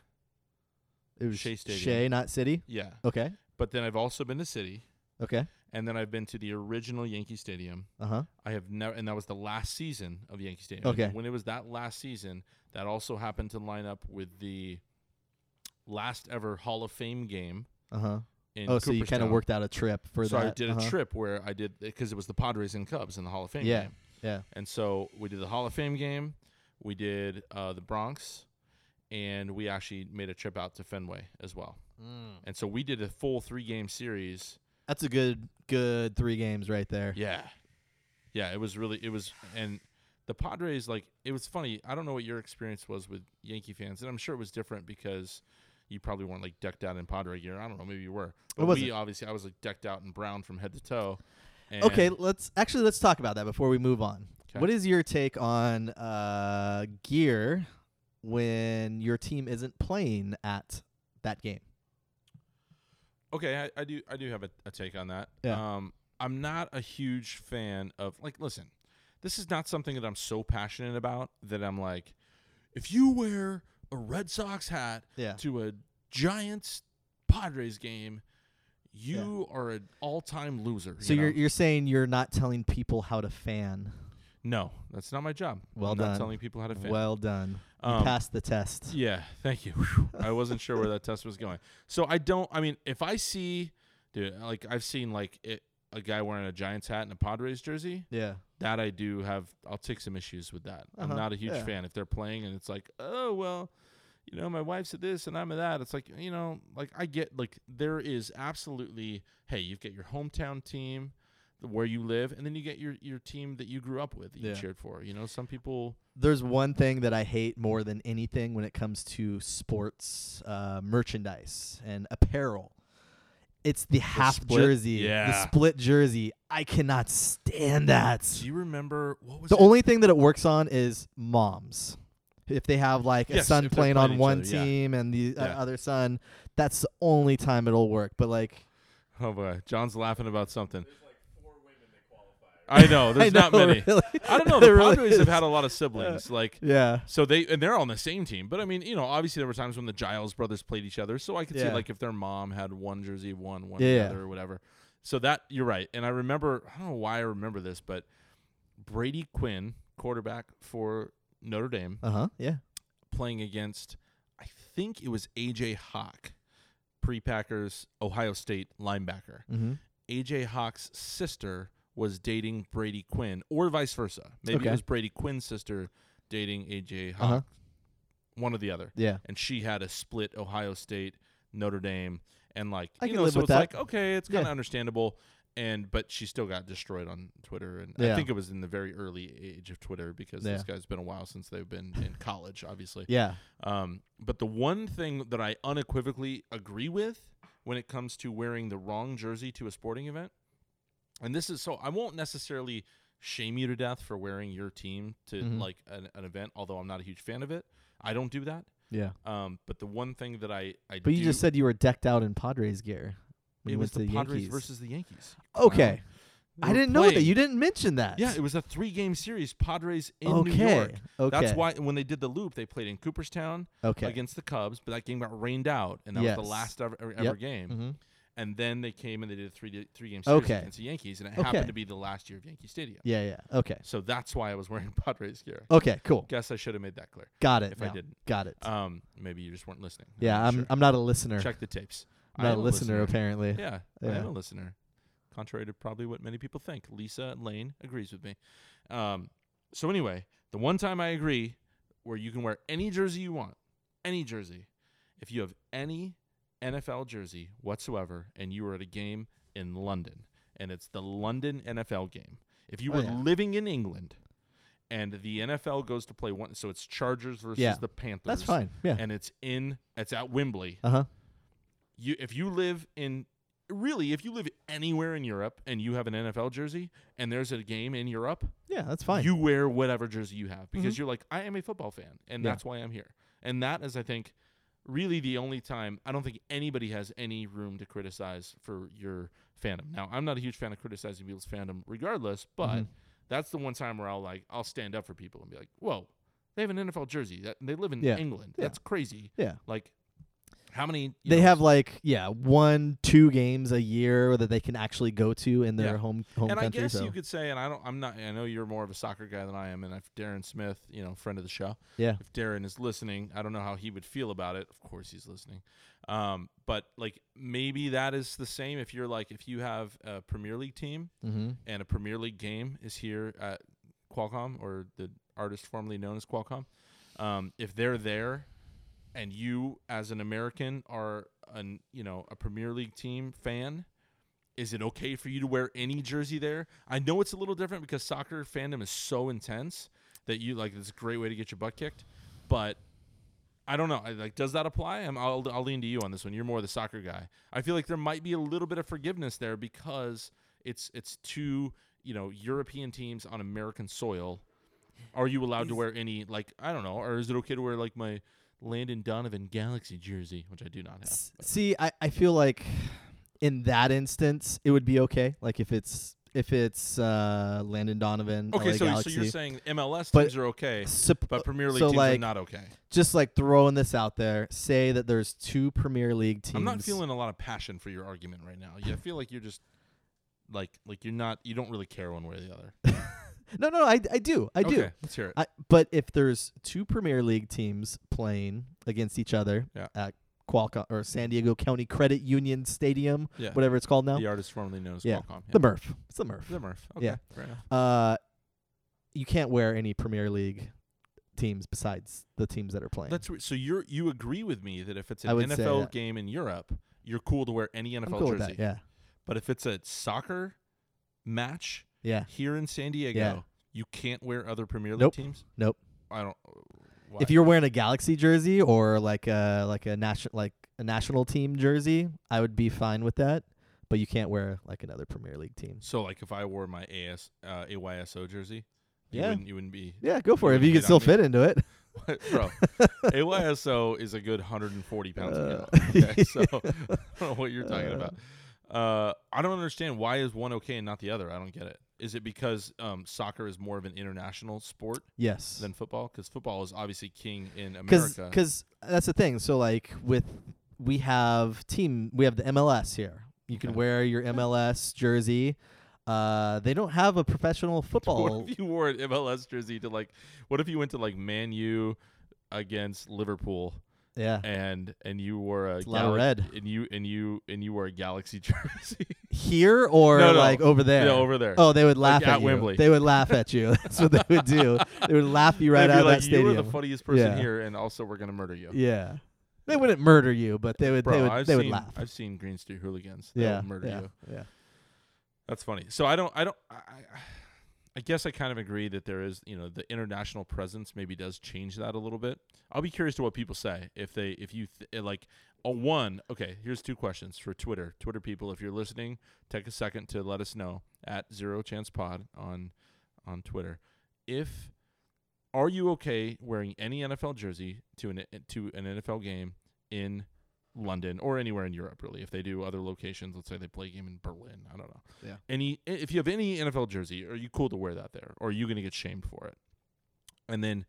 S2: It was
S1: Shea Stadium.
S2: Shea, not City.
S1: yeah,
S2: Okay.
S1: but then I've also been to City,
S2: Okay.
S1: and then I've been to the original Yankee Stadium.
S2: Uh huh.
S1: I have never, and that was the last season of Yankee Stadium.
S2: Okay.
S1: When it was that last season, that also happened to line up with the last ever Hall of Fame game.
S2: Uh huh.
S1: In
S2: Oh, so you kind of
S1: Cooperstown.
S2: worked out a trip for
S1: so
S2: that.
S1: I did
S2: uh-huh.
S1: a trip where I did because it was the Padres and Cubs in the Hall of Fame.
S2: Yeah.
S1: game.
S2: Yeah.
S1: And so we did the Hall of Fame game, we did uh, the Bronx, and we actually made a trip out to Fenway as well. And so we did a full three game series.
S2: Mm. That's a good, good three games right there.
S1: Yeah, yeah, it was really it was and the Padres like it was funny. I don't know what your experience was with Yankee fans, and I'm sure it was different because. You probably weren't like decked out in Padre gear. I don't know. Maybe you were. But we
S2: wasn't.
S1: obviously, I was like decked out in brown from head to toe. And
S2: Okay, let's actually let's talk about that before we move on.
S1: 'Kay.
S2: What is your take on uh, gear when your team isn't playing at that game?
S1: Okay, I, I do I do have a, a take on that.
S2: Yeah.
S1: Um I'm not a huge fan of like listen, this is not something that I'm so passionate about that I'm like, if you wear a Red Sox hat
S2: Yeah.
S1: to a Giants Padres game, you are an all time loser.
S2: So
S1: you
S2: you are
S1: know?
S2: you're saying you're not telling people how to fan.
S1: No, that's not my job.
S2: Well
S1: I'm
S2: done.
S1: not telling people how to fan. Um,
S2: Well done. you passed the test.
S1: Yeah, thank you. Whew. I wasn't sure where that test was going. So I don't. I mean, if I see, dude, like I've seen like it, a guy wearing a Giants hat and a Padres jersey,
S2: Yeah.
S1: that I do have. I'll take some issues with that.
S2: Uh-huh,
S1: I'm not a huge
S2: yeah.
S1: fan if they're playing and it's like, oh well, you know, my wife's at this and I'm at that. It's like you know, like I get like there is absolutely. Hey, you've got your hometown team. Where you live, and then you get your your team that you grew up with, that you
S2: Yeah.
S1: cheered for. You know, some people.
S2: There's one thing that I hate more than anything when it comes to sports uh, merchandise and apparel. It's the half
S1: split?
S2: jersey, the
S1: Yeah.
S2: split jersey. I cannot stand that.
S1: Do you remember what was
S2: The
S1: it?
S2: only thing that it works on is moms. If they have like a
S1: Yes,
S2: son
S1: if they're
S2: playing
S1: playing
S2: on
S1: each
S2: one
S1: other, yeah.
S2: team and the uh,
S1: Yeah.
S2: other son, that's the only time it'll work. But like,
S1: Oh boy, John's laughing about something. I know. There's
S2: I
S1: not
S2: know,
S1: many.
S2: really.
S1: I don't know. The
S2: There really
S1: Padres have
S2: is.
S1: had a lot of siblings, like
S2: yeah,
S1: so they and they're all on the same team. But I mean, you know, obviously there were times when the Giles brothers played each other, so I could
S2: Yeah.
S1: see like if their mom had one jersey, of one one
S2: Yeah,
S1: the
S2: yeah.
S1: other, or whatever. So that you're right, and I remember. I don't know why I remember this, but Brady Quinn, quarterback for Notre Dame,
S2: uh huh, yeah,
S1: playing against, I think it was AJ Hawk, pre-Packers Ohio State linebacker.
S2: mm-hmm.
S1: AJ Hawk's sister was dating Brady Quinn, or vice versa. Maybe
S2: Okay.
S1: it was Brady Quinn's sister dating AJ Hawk,
S2: Uh-huh.
S1: one or the other.
S2: yeah.
S1: And she had a split Ohio State, Notre Dame, and like
S2: I
S1: you
S2: can
S1: know,
S2: live
S1: so
S2: with
S1: it's
S2: that.
S1: like okay, it's kind of
S2: Yeah.
S1: understandable. And but she still got destroyed on Twitter, and
S2: Yeah.
S1: I think it was in the very early age of Twitter because this guy's been a while since they've been in college, obviously.
S2: Yeah.
S1: Um, but the one thing that I unequivocally agree with when it comes to wearing the wrong jersey to a sporting event, and this is so I won't necessarily shame you to death for wearing your team to
S2: Mhm.
S1: like an, an event, although I'm not a huge fan of it. I don't do that.
S2: Yeah.
S1: Um, but the one thing that I, I
S2: But you
S1: do-
S2: just said you were decked out in Padres gear.
S1: it
S2: when you
S1: was
S2: went
S1: the
S2: to
S1: Padres
S2: Yankees.
S1: versus the Yankees. Um,
S2: Okay. I didn't know that. You didn't mention that.
S1: Yeah, it was a three-game series. Padres in
S2: okay.
S1: New York.
S2: Okay.
S1: That's why when they did the loop, they played in Cooperstown
S2: Okay.
S1: against the Cubs, but that game got rained out, and that was
S2: Yes.
S1: the last ever, ever
S2: Yep.
S1: game.
S2: hmm
S1: And then they came and they did a three three game series
S2: Okay.
S1: against the Yankees, and it
S2: Okay.
S1: happened to be the last year of Yankee Stadium.
S2: Yeah. Yeah. Okay.
S1: So that's why I was wearing Padres gear.
S2: Okay. Cool.
S1: Guess I should have made that clear.
S2: Got it.
S1: If I
S2: now.
S1: didn't.
S2: Got it.
S1: Um, maybe you just weren't listening. I'm
S2: yeah.
S1: not
S2: I'm.
S1: sure.
S2: I'm not a listener.
S1: Check the tapes.
S2: I'm
S1: I
S2: not
S1: am
S2: a listener, apparently.
S1: Yeah, I
S2: Yeah.
S1: am a listener. Contrary to probably what many people think, Lisa and Lane agrees with me. Um, so anyway, the one time I agree where you can wear any jersey you want, any jersey, if you have any NFL jersey whatsoever, and you were at a game in London, and it's the London NFL game. If you
S2: Oh,
S1: were
S2: yeah.
S1: living in England, and the NFL goes to play one, so it's Chargers versus
S2: Yeah.
S1: the Panthers.
S2: That's fine. Yeah.
S1: And it's in, it's at Wembley
S2: Uh huh.
S1: you if you live in really if you live anywhere in Europe and you have an NFL jersey and there's a game in Europe,
S2: Yeah. That's fine. Mm-hmm.
S1: you wear whatever jersey you have because
S2: Mhm.
S1: you're like I am a football fan and
S2: Yeah.
S1: that's why I'm here. And that is I think really the only time I don't think anybody has any room to criticize for your fandom. Now, I'm not a huge fan of criticizing people's fandom regardless, but
S2: Mhm.
S1: that's the one time where I'll like I'll stand up for people and be like, "Whoa, they have an NFL jersey. That, they live in
S2: Yeah.
S1: England.
S2: Yeah.
S1: That's crazy."
S2: Yeah.
S1: Like how many you
S2: They
S1: know,
S2: have like yeah one two games a year that they can actually go to in their
S1: Yeah.
S2: home home
S1: and
S2: country.
S1: I guess
S2: so
S1: you could say, and I don't, I'm not, I know you're more of a soccer guy than I am, and if Darren Smith, you know, friend of the show,
S2: yeah
S1: if Darren is listening, I don't know how he would feel about it. Of course, he's listening, um, but like maybe that is the same. If you're like, if you have a Premier League team
S2: mm-hmm.
S1: and a Premier League game is here at Qualcomm or the artist formerly known as Qualcomm, um, if they're there and you as an American are an you know a Premier League team fan, is it okay for you to wear any jersey there? I know it's a little different because soccer fandom is so intense that you like it's a great way to get your butt kicked, but I don't know. I, like, does that apply? I'm, I'll, I'll lean to you on this one. You're more the soccer guy. I feel like there might be a little bit of forgiveness there because it's it's two you know European teams on American soil. Are you allowed to wear any like I don't know, or is it okay to wear like my Landon Donovan Galaxy jersey, which I do not have?
S2: S- See, I, I feel like in that instance it would be okay. Like if it's if it's uh Landon Donovan,
S1: Okay,
S2: LA
S1: so
S2: Galaxy.
S1: so you're saying MLS
S2: But-
S1: teams are okay,
S2: Sup-
S1: but Premier League
S2: Uh, so
S1: teams
S2: like
S1: are not okay.
S2: just like throwing this out there, say that there's two Premier League teams.
S1: I'm not feeling a lot of passion for your argument right now. Yeah, I feel like you're just like like you're not you don't really care one way or the other.
S2: No, no, I I do, Uh, I do.
S1: Okay, let's hear it.
S2: I, but if there's two Premier League teams playing against each other
S1: Yeah.
S2: at Qualcomm or San Diego County Credit Union Stadium,
S1: yeah,
S2: whatever it's called now,
S1: the artist formerly known as
S2: Yeah.
S1: Qualcomm.
S2: the Murph, it's the Murph.
S1: The Murph. Okay,
S2: Yeah.
S1: fair enough.
S2: Uh, you can't wear any Premier League teams besides the teams that are playing.
S1: That's weird. So you you agree with me that if it's an
S2: I would say
S1: NFL
S2: that.
S1: game in Europe, you're cool to wear any
S2: I'm
S1: NFL
S2: cool with
S1: jersey.
S2: that. Yeah,
S1: But if it's a soccer match
S2: yeah.
S1: here in San Diego, you can't wear other Premier League
S2: Nope.
S1: teams.
S2: Nope.
S1: I don't. uh, Why?
S2: If you're wearing a Galaxy jersey or like a like a national like a national team jersey, I would be fine with that. But you can't wear like another Premier League team.
S1: so like if I wore my AS uh, AYSO jersey, you
S2: Yeah.
S1: wouldn't you wouldn't be
S2: Yeah, go for
S1: You
S2: it. If you
S1: wouldn't
S2: can
S1: hate on
S2: still
S1: me.
S2: fit into it.
S1: bro. AYSO is a good 140 pounds.
S2: Uh,
S1: of gallon. okay, so I don't know what you're talking about. Uh, I don't understand why is one okay and not the other. I don't get it. Is it because um, soccer is more of an international sport?
S2: Yes.
S1: than football because football is obviously king in
S2: because
S1: America.
S2: because that's the thing. So like with we have team we have the MLS here. You can
S1: Okay.
S2: wear your MLS jersey. Uh, they don't have a professional football.
S1: what if you wore an MLS jersey to like? What if you went to like Man U against Liverpool
S2: Yeah,
S1: and and you wore a,
S2: a lot of
S1: Galax-
S2: red.
S1: and you and you and you wore a Galaxy jersey?
S2: here or
S1: No, no.
S2: like over there.
S1: Yeah, over there.
S2: Oh, they would laugh
S1: Like,
S2: at,
S1: at
S2: you.
S1: Wembley.
S2: They would laugh at you. That's what they would do. They would laugh you
S1: They'd
S2: right
S1: be
S2: out of
S1: like,
S2: that
S1: You
S2: stadium.
S1: were the funniest person
S2: Yeah.
S1: here, and also we're gonna murder you.
S2: yeah, they wouldn't murder you, but they would.
S1: Bro,
S2: they would.
S1: I've
S2: they
S1: seen
S2: would laugh.
S1: I've seen Green Street hooligans. They
S2: yeah,
S1: will murder
S2: yeah,
S1: you.
S2: yeah.
S1: That's funny. So I don't, I don't, I, I- I guess I kind of agree that there is, you know, the international presence maybe does change that a little bit. I'll be curious to what people say if they, if you th- eh, like, a one. Okay, here's two questions for Twitter, Twitter people. If you're listening, take a second to let us know at Zero Chance Pod on, on Twitter. If eh, are you okay wearing any NFL jersey to an to an NFL game in London or anywhere in Europe, really. If they do other locations, let's say they play a game in Berlin, I don't know.
S2: Yeah.
S1: Any i- if you have any NFL jersey, are you cool to wear that there, or are you going to get shamed for it? And then,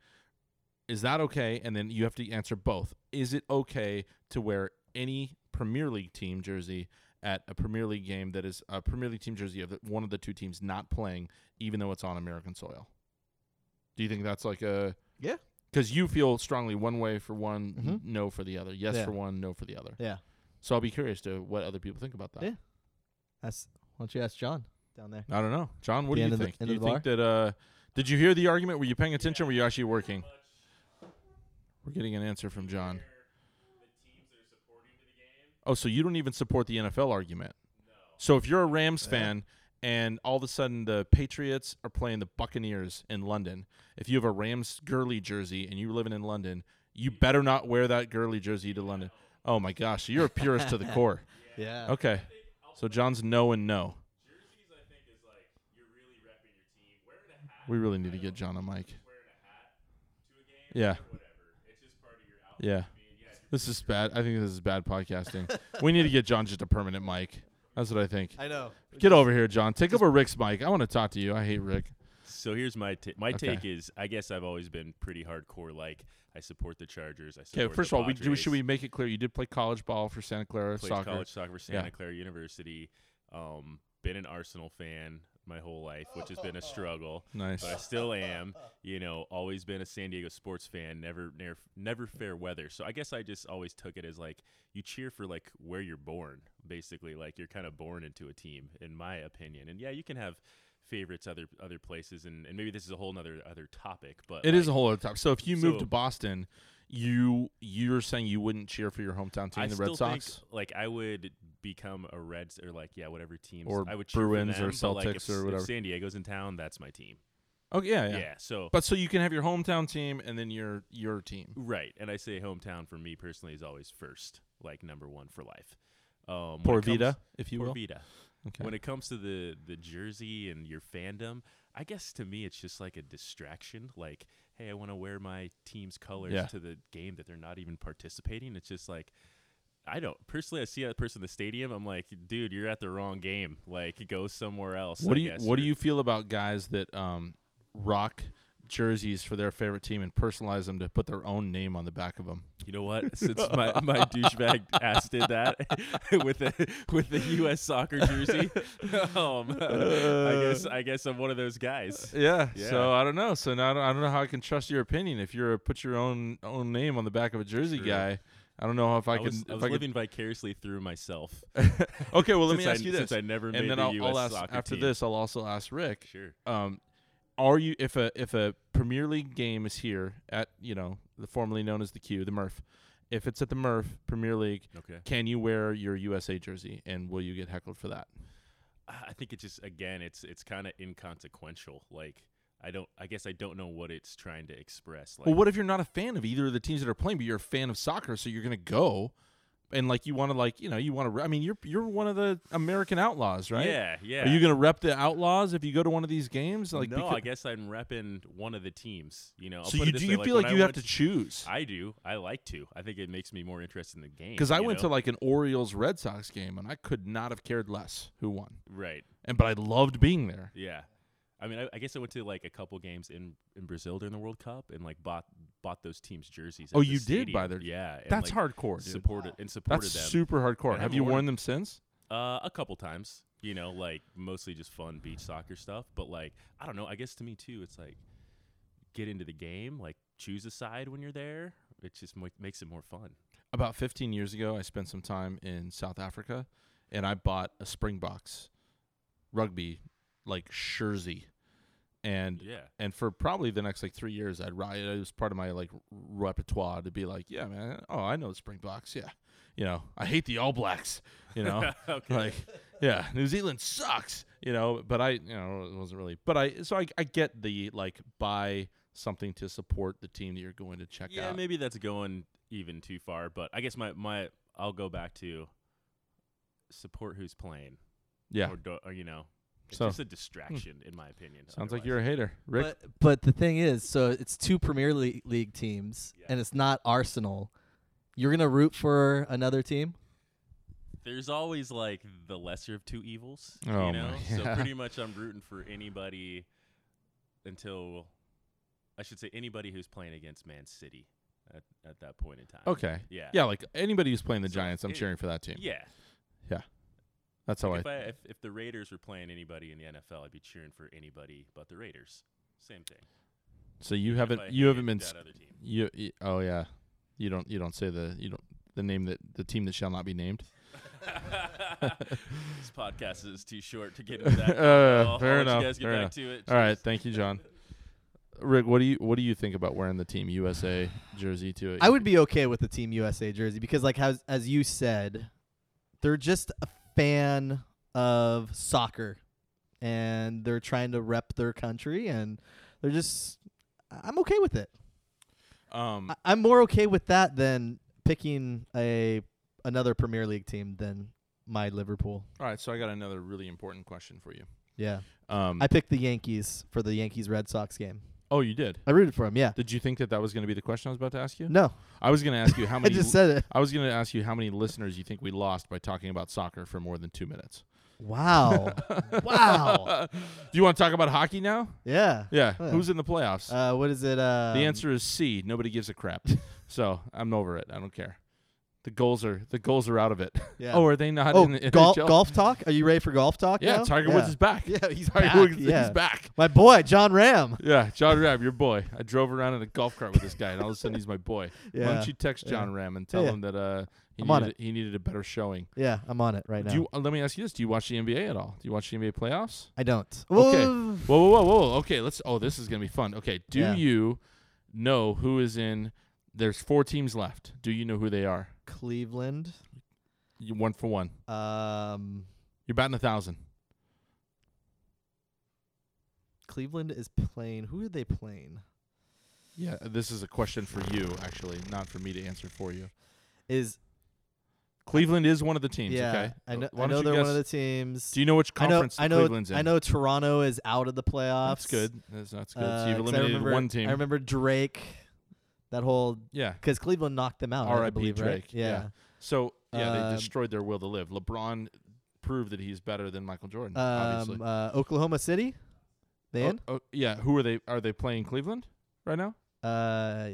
S1: is that okay? And then you have to answer both. Is it okay to wear any Premier League team jersey at a Premier League game that is a Premier League team jersey of the, one of the two teams not playing, even though it's on American soil? Do you think that's like a
S2: Yeah.
S1: Because you feel strongly one way for one,
S2: Mhm.
S1: no for the other. Yes
S2: Yeah.
S1: for one, no for the other.
S2: Yeah.
S1: So I'll be curious to what other people think about that.
S2: Yeah. That's why don't you ask John down there?
S1: I don't know, John. What
S2: The
S1: do
S2: end
S1: you
S2: of the-
S1: think?
S2: end
S1: do
S2: of
S1: you
S2: the
S1: think that? Uh, did you hear the argument? Were you paying attention? Were you actually working? We're getting an answer from John. Oh, so you don't even support the NFL argument? So if you're a Rams fan and all of a sudden the Patriots are playing the Buccaneers in London, if you have a Rams girly jersey and you're living in London, you better not wear that girly jersey to London. Oh my gosh, you're a purist to the core.
S2: Yeah.
S1: Okay. So John's no and no. We really need to get John a mic. Yeah. Yeah. This is bad. I think this is bad podcasting. we need to get John just a permanent mic. That's what I think.
S2: I know.
S1: Get over here, John. Take over Rick's mic. I want to talk to you. I hate Rick.
S3: So here's my ta- my
S1: Okay.
S3: take is I guess I've always been pretty hardcore. Like I support the Chargers. I support
S1: Okay, first
S3: the
S1: of all, we do,
S3: Padres,
S1: should we make it clear you did play college ball for Santa Clara
S3: played
S1: soccer.
S3: college soccer for Santa
S1: Yeah.
S3: Clara University. Um, been an Arsenal fan my whole life, which has been a struggle.
S1: Nice.
S3: but I still am. You know, always been a San Diego sports fan. Never, never, never fair weather. So I guess I just always took it as like you cheer for like where you're born, basically. Like you're kind of born into a team, in my opinion. And yeah, you can have favorites other other places, and, and maybe this is a whole nother other topic. But
S1: It
S3: like,
S1: is a whole other topic. So if you moved
S3: So-
S1: to Boston, you you're saying you wouldn't cheer for your hometown team,
S3: I
S1: the
S3: still
S1: Red Sox.
S3: think like I would become a Reds or like yeah whatever teams
S1: Or
S3: I would cheer for
S1: Bruins or
S3: them, but, like,
S1: Celtics
S3: if-
S1: or
S3: if
S1: whatever.
S3: San Diego's in town, that's my team.
S1: okay, Oh, yeah,
S3: Yeah,
S1: yeah,
S3: so
S1: But so you can have your hometown team and then your your team.
S3: Right. And I say hometown for me personally is always first, like number one for life. Um, when
S1: Por
S3: it comes-
S1: vida, if you
S3: por
S1: will.
S3: vida.
S1: Okay.
S3: When it comes to the, the jersey and your fandom, I guess to me it's just like a distraction. Like, hey, I want to wear my team's colors
S1: Yeah.
S3: to the game that they're not even participating. It's just like, I don't personally. I see that person in the stadium. I'm like, dude, you're at the wrong game. Like, go somewhere else.
S1: What
S3: I
S1: do you
S3: guess,
S1: What do
S3: or-
S1: you feel about guys that um, rock jerseys for their favorite team and personalize them to put their own name on the back of them?
S3: You know what? Since my, my douchebag ass did that with the with the U.S. soccer jersey, um, I guess I guess I'm one of those guys.
S1: Yeah.
S3: Yeah.
S1: So I don't know. So now I don't, I don't know how I can trust your opinion if you're a put your own own name on the back of a jersey
S3: True.
S1: guy. I don't know if I,
S3: I,
S1: can.
S3: was,
S1: if
S3: I was
S1: I could-
S3: living vicariously through myself.
S1: okay. Well, let me
S3: since I-
S1: ask you this,
S3: Since I never made
S1: and then
S3: the
S1: I'll,
S3: U.S.
S1: I'll ask
S3: soccer
S1: after
S3: team.
S1: this. I'll also ask Rick.
S3: Sure.
S1: um, are you if a if a Premier League game is here at you know the formerly known as the Q, the Murph, if it's at the Murph Premier League,
S3: Okay.
S1: can you wear your USA jersey and will you get heckled for that?
S3: I I think it just again, it's it's kind of inconsequential. Like I don't. I guess I don't know what it's trying to express. Like
S1: well, what if you're not a fan of either of the teams that are playing, but you're a fan of soccer, so you're gonna go, and like you want to like you know you want to. Re- I mean, you're you're one of the American Outlaws, right?
S3: Yeah. Yeah.
S1: Are you gonna rep the Outlaws if you go to one of these games? Like,
S3: no,
S1: becau-
S3: I guess I'm repping one of the teams. You know. I'll
S1: so
S3: put
S1: you
S3: it this
S1: do
S3: way,
S1: you feel
S3: when
S1: like
S3: I
S1: you have
S3: went
S1: to choose?
S3: I do. I like to. I think it makes me more interested in the game.
S1: Because I went to like an Orioles Red Sox game and I could not have cared less who won.
S3: right,
S1: and but I loved being there.
S3: yeah. I mean, I, I guess I went to like a couple games in in Brazil during the World Cup and like bought bought those teams jerseys. at
S1: Oh,
S3: the
S1: you did buy
S3: stadium.
S1: their-
S3: yeah. and,
S1: That's
S3: like,
S1: hardcore, dude.
S3: Supported and supported
S1: That's
S3: them
S1: super hardcore.
S3: I
S1: Have
S3: haven't
S1: you
S3: worn
S1: worn them since?
S3: uh, a couple times. You know, like mostly just fun beach soccer stuff. But like, I don't know. I guess to me too, it's like get into the game, like choose a side when you're there. It just mo- makes it more fun.
S1: About 15 years ago, I spent some time in South Africa, and I bought a Springboks rugby like jersey, and
S3: Yeah.
S1: and for probably the next like three years, I'd ride. It was part of my like repertoire to be like, yeah, man. Oh, I know the Springboks. Yeah, you know, I hate the All Blacks. You know,
S3: okay.
S1: like yeah new zealand sucks you know but i you know it wasn't really but i so i, I get the like buy something to support the team that you're going to check
S3: yeah,
S1: out
S3: maybe that's going even too far, but I guess my my I'll go back to support who's playing.
S1: yeah
S3: Or, do, or you know, it's
S1: So- hmm.
S3: just a distraction in my opinion.
S1: sounds like you're a hater rick
S2: But but the thing is, so it's two Premier Le- League teams,
S3: Yeah.
S2: and it's not Arsenal. You're gonna root for another team.
S3: There's always like the lesser of two evils,
S1: Oh,
S3: you know.
S1: my-
S3: So
S1: yeah.
S3: pretty much, I'm rooting for anybody until I should say anybody who's playing against Man City at, at that point in time.
S1: Okay.
S3: Yeah.
S1: Yeah, like anybody who's playing the
S3: So
S1: Giants, I'm
S3: it-
S1: cheering for that team.
S3: Yeah.
S1: That's how I.
S3: if, I, if if the Raiders were playing anybody in the NFL, I'd be cheering for anybody but the Raiders. Same thing.
S1: So you
S3: If
S1: haven't
S3: I
S1: you haven't been
S3: hated that other team.
S1: You, y oh yeah, you don't you don't say the you don't the name that the team that shall not be named.
S3: this podcast is too short to get into that.
S1: Uh,
S3: I'll- I'll
S1: fair
S3: let
S1: enough,
S3: You guys get
S1: fair
S3: back
S1: enough.
S3: to it.
S1: All right, thank you, John. Rick, what do you what do you think about wearing the Team USA jersey to it?
S2: I would be okay with the Team USA jersey because, like as as you said, they're just a fan of soccer, and they're trying to rep their country, and they're just. I'm okay with it.
S1: Um,
S2: I- I'm more okay with that than picking a another Premier League team than my Liverpool.
S1: all right, so I got another really important question for you.
S2: Yeah,
S1: Um,
S2: I picked the Yankees for the Yankees Red Sox game.
S1: oh, you did.
S2: I rooted for them. Yeah.
S1: Did you think that that was going to be the question I was about to ask you?
S2: No,
S1: I was going to ask you how
S2: I
S1: many.
S2: just said it.
S1: I was going to ask you how many listeners you think we lost by talking about soccer for more than two minutes.
S2: Wow. Oh. wow.
S1: do you want to talk about hockey now?
S2: Yeah.
S1: Yeah.
S2: Yeah.
S1: Who's in the playoffs?
S2: Uh, what is it? Uh,
S1: The answer is C. Nobody gives a crap. so I'm over it. I don't care. The goals are the goals are out of it.
S2: Yeah.
S1: Oh, are they not
S2: Oh,
S1: in the
S2: gol-
S1: NHL?
S2: golf talk. Are you ready for golf talk?
S1: Yeah,
S2: now?
S1: Tiger
S2: yeah.
S1: Woods is back.
S2: Yeah, he's
S1: Tiger
S2: back,
S1: Woods
S2: yeah.
S1: is back.
S2: My boy, John Ram.
S1: Yeah, John Ram, your boy. I drove around in a golf cart with this guy, and all of a sudden he's my boy.
S2: Yeah,
S1: Why don't you text
S2: yeah.
S1: John Ram and tell
S2: Yeah.
S1: him that uh, he,
S2: I'm on
S1: needed, he needed a better showing?
S2: yeah, I'm on it right now.
S1: Do you, uh, let me ask you this: Do you watch the NBA at all? Do you watch the NBA playoffs?
S2: I don't.
S1: Okay.
S2: Whoa.
S1: Whoa, whoa, whoa, whoa! Okay, let's. Oh, this is gonna be fun. Okay, do
S2: Yeah.
S1: you know who is in? There's four teams left. Do you know who they are?
S2: Cleveland.
S1: You, one for one.
S2: Um,
S1: You're batting a thousand.
S2: Cleveland is playing. Who are they playing?
S1: Yeah, Uh, this is a question for you, actually, not for me to answer for you.
S2: Is
S1: Cleveland is one of the teams.
S2: yeah.
S1: okay,
S2: I know.
S1: Why
S2: I
S1: don't
S2: know
S1: you
S2: they're one
S1: guess-
S2: of the teams.
S1: Do you know which
S2: I know.
S1: conference
S2: I
S1: the
S2: know.
S1: Cleveland's in?
S2: I know. Toronto is out of the playoffs.
S1: That's good. That's, that's good.
S2: Uh,
S1: so you've
S2: 'cause I
S1: eliminated
S2: remember-
S1: one team.
S2: I remember Drake. That whole
S1: yeah.
S2: because Cleveland knocked them out. I
S1: R.I.P.
S2: believe, right?
S1: Drake, yeah. So yeah,
S2: Um,
S1: they destroyed their will to live. LeBron proved that he's better than Michael Jordan. Mm, obviously.
S2: Um, uh, Oklahoma City. They
S1: Oh,
S2: in?
S1: oh, yeah. Who are they? Are they playing Cleveland right now?
S2: Uh,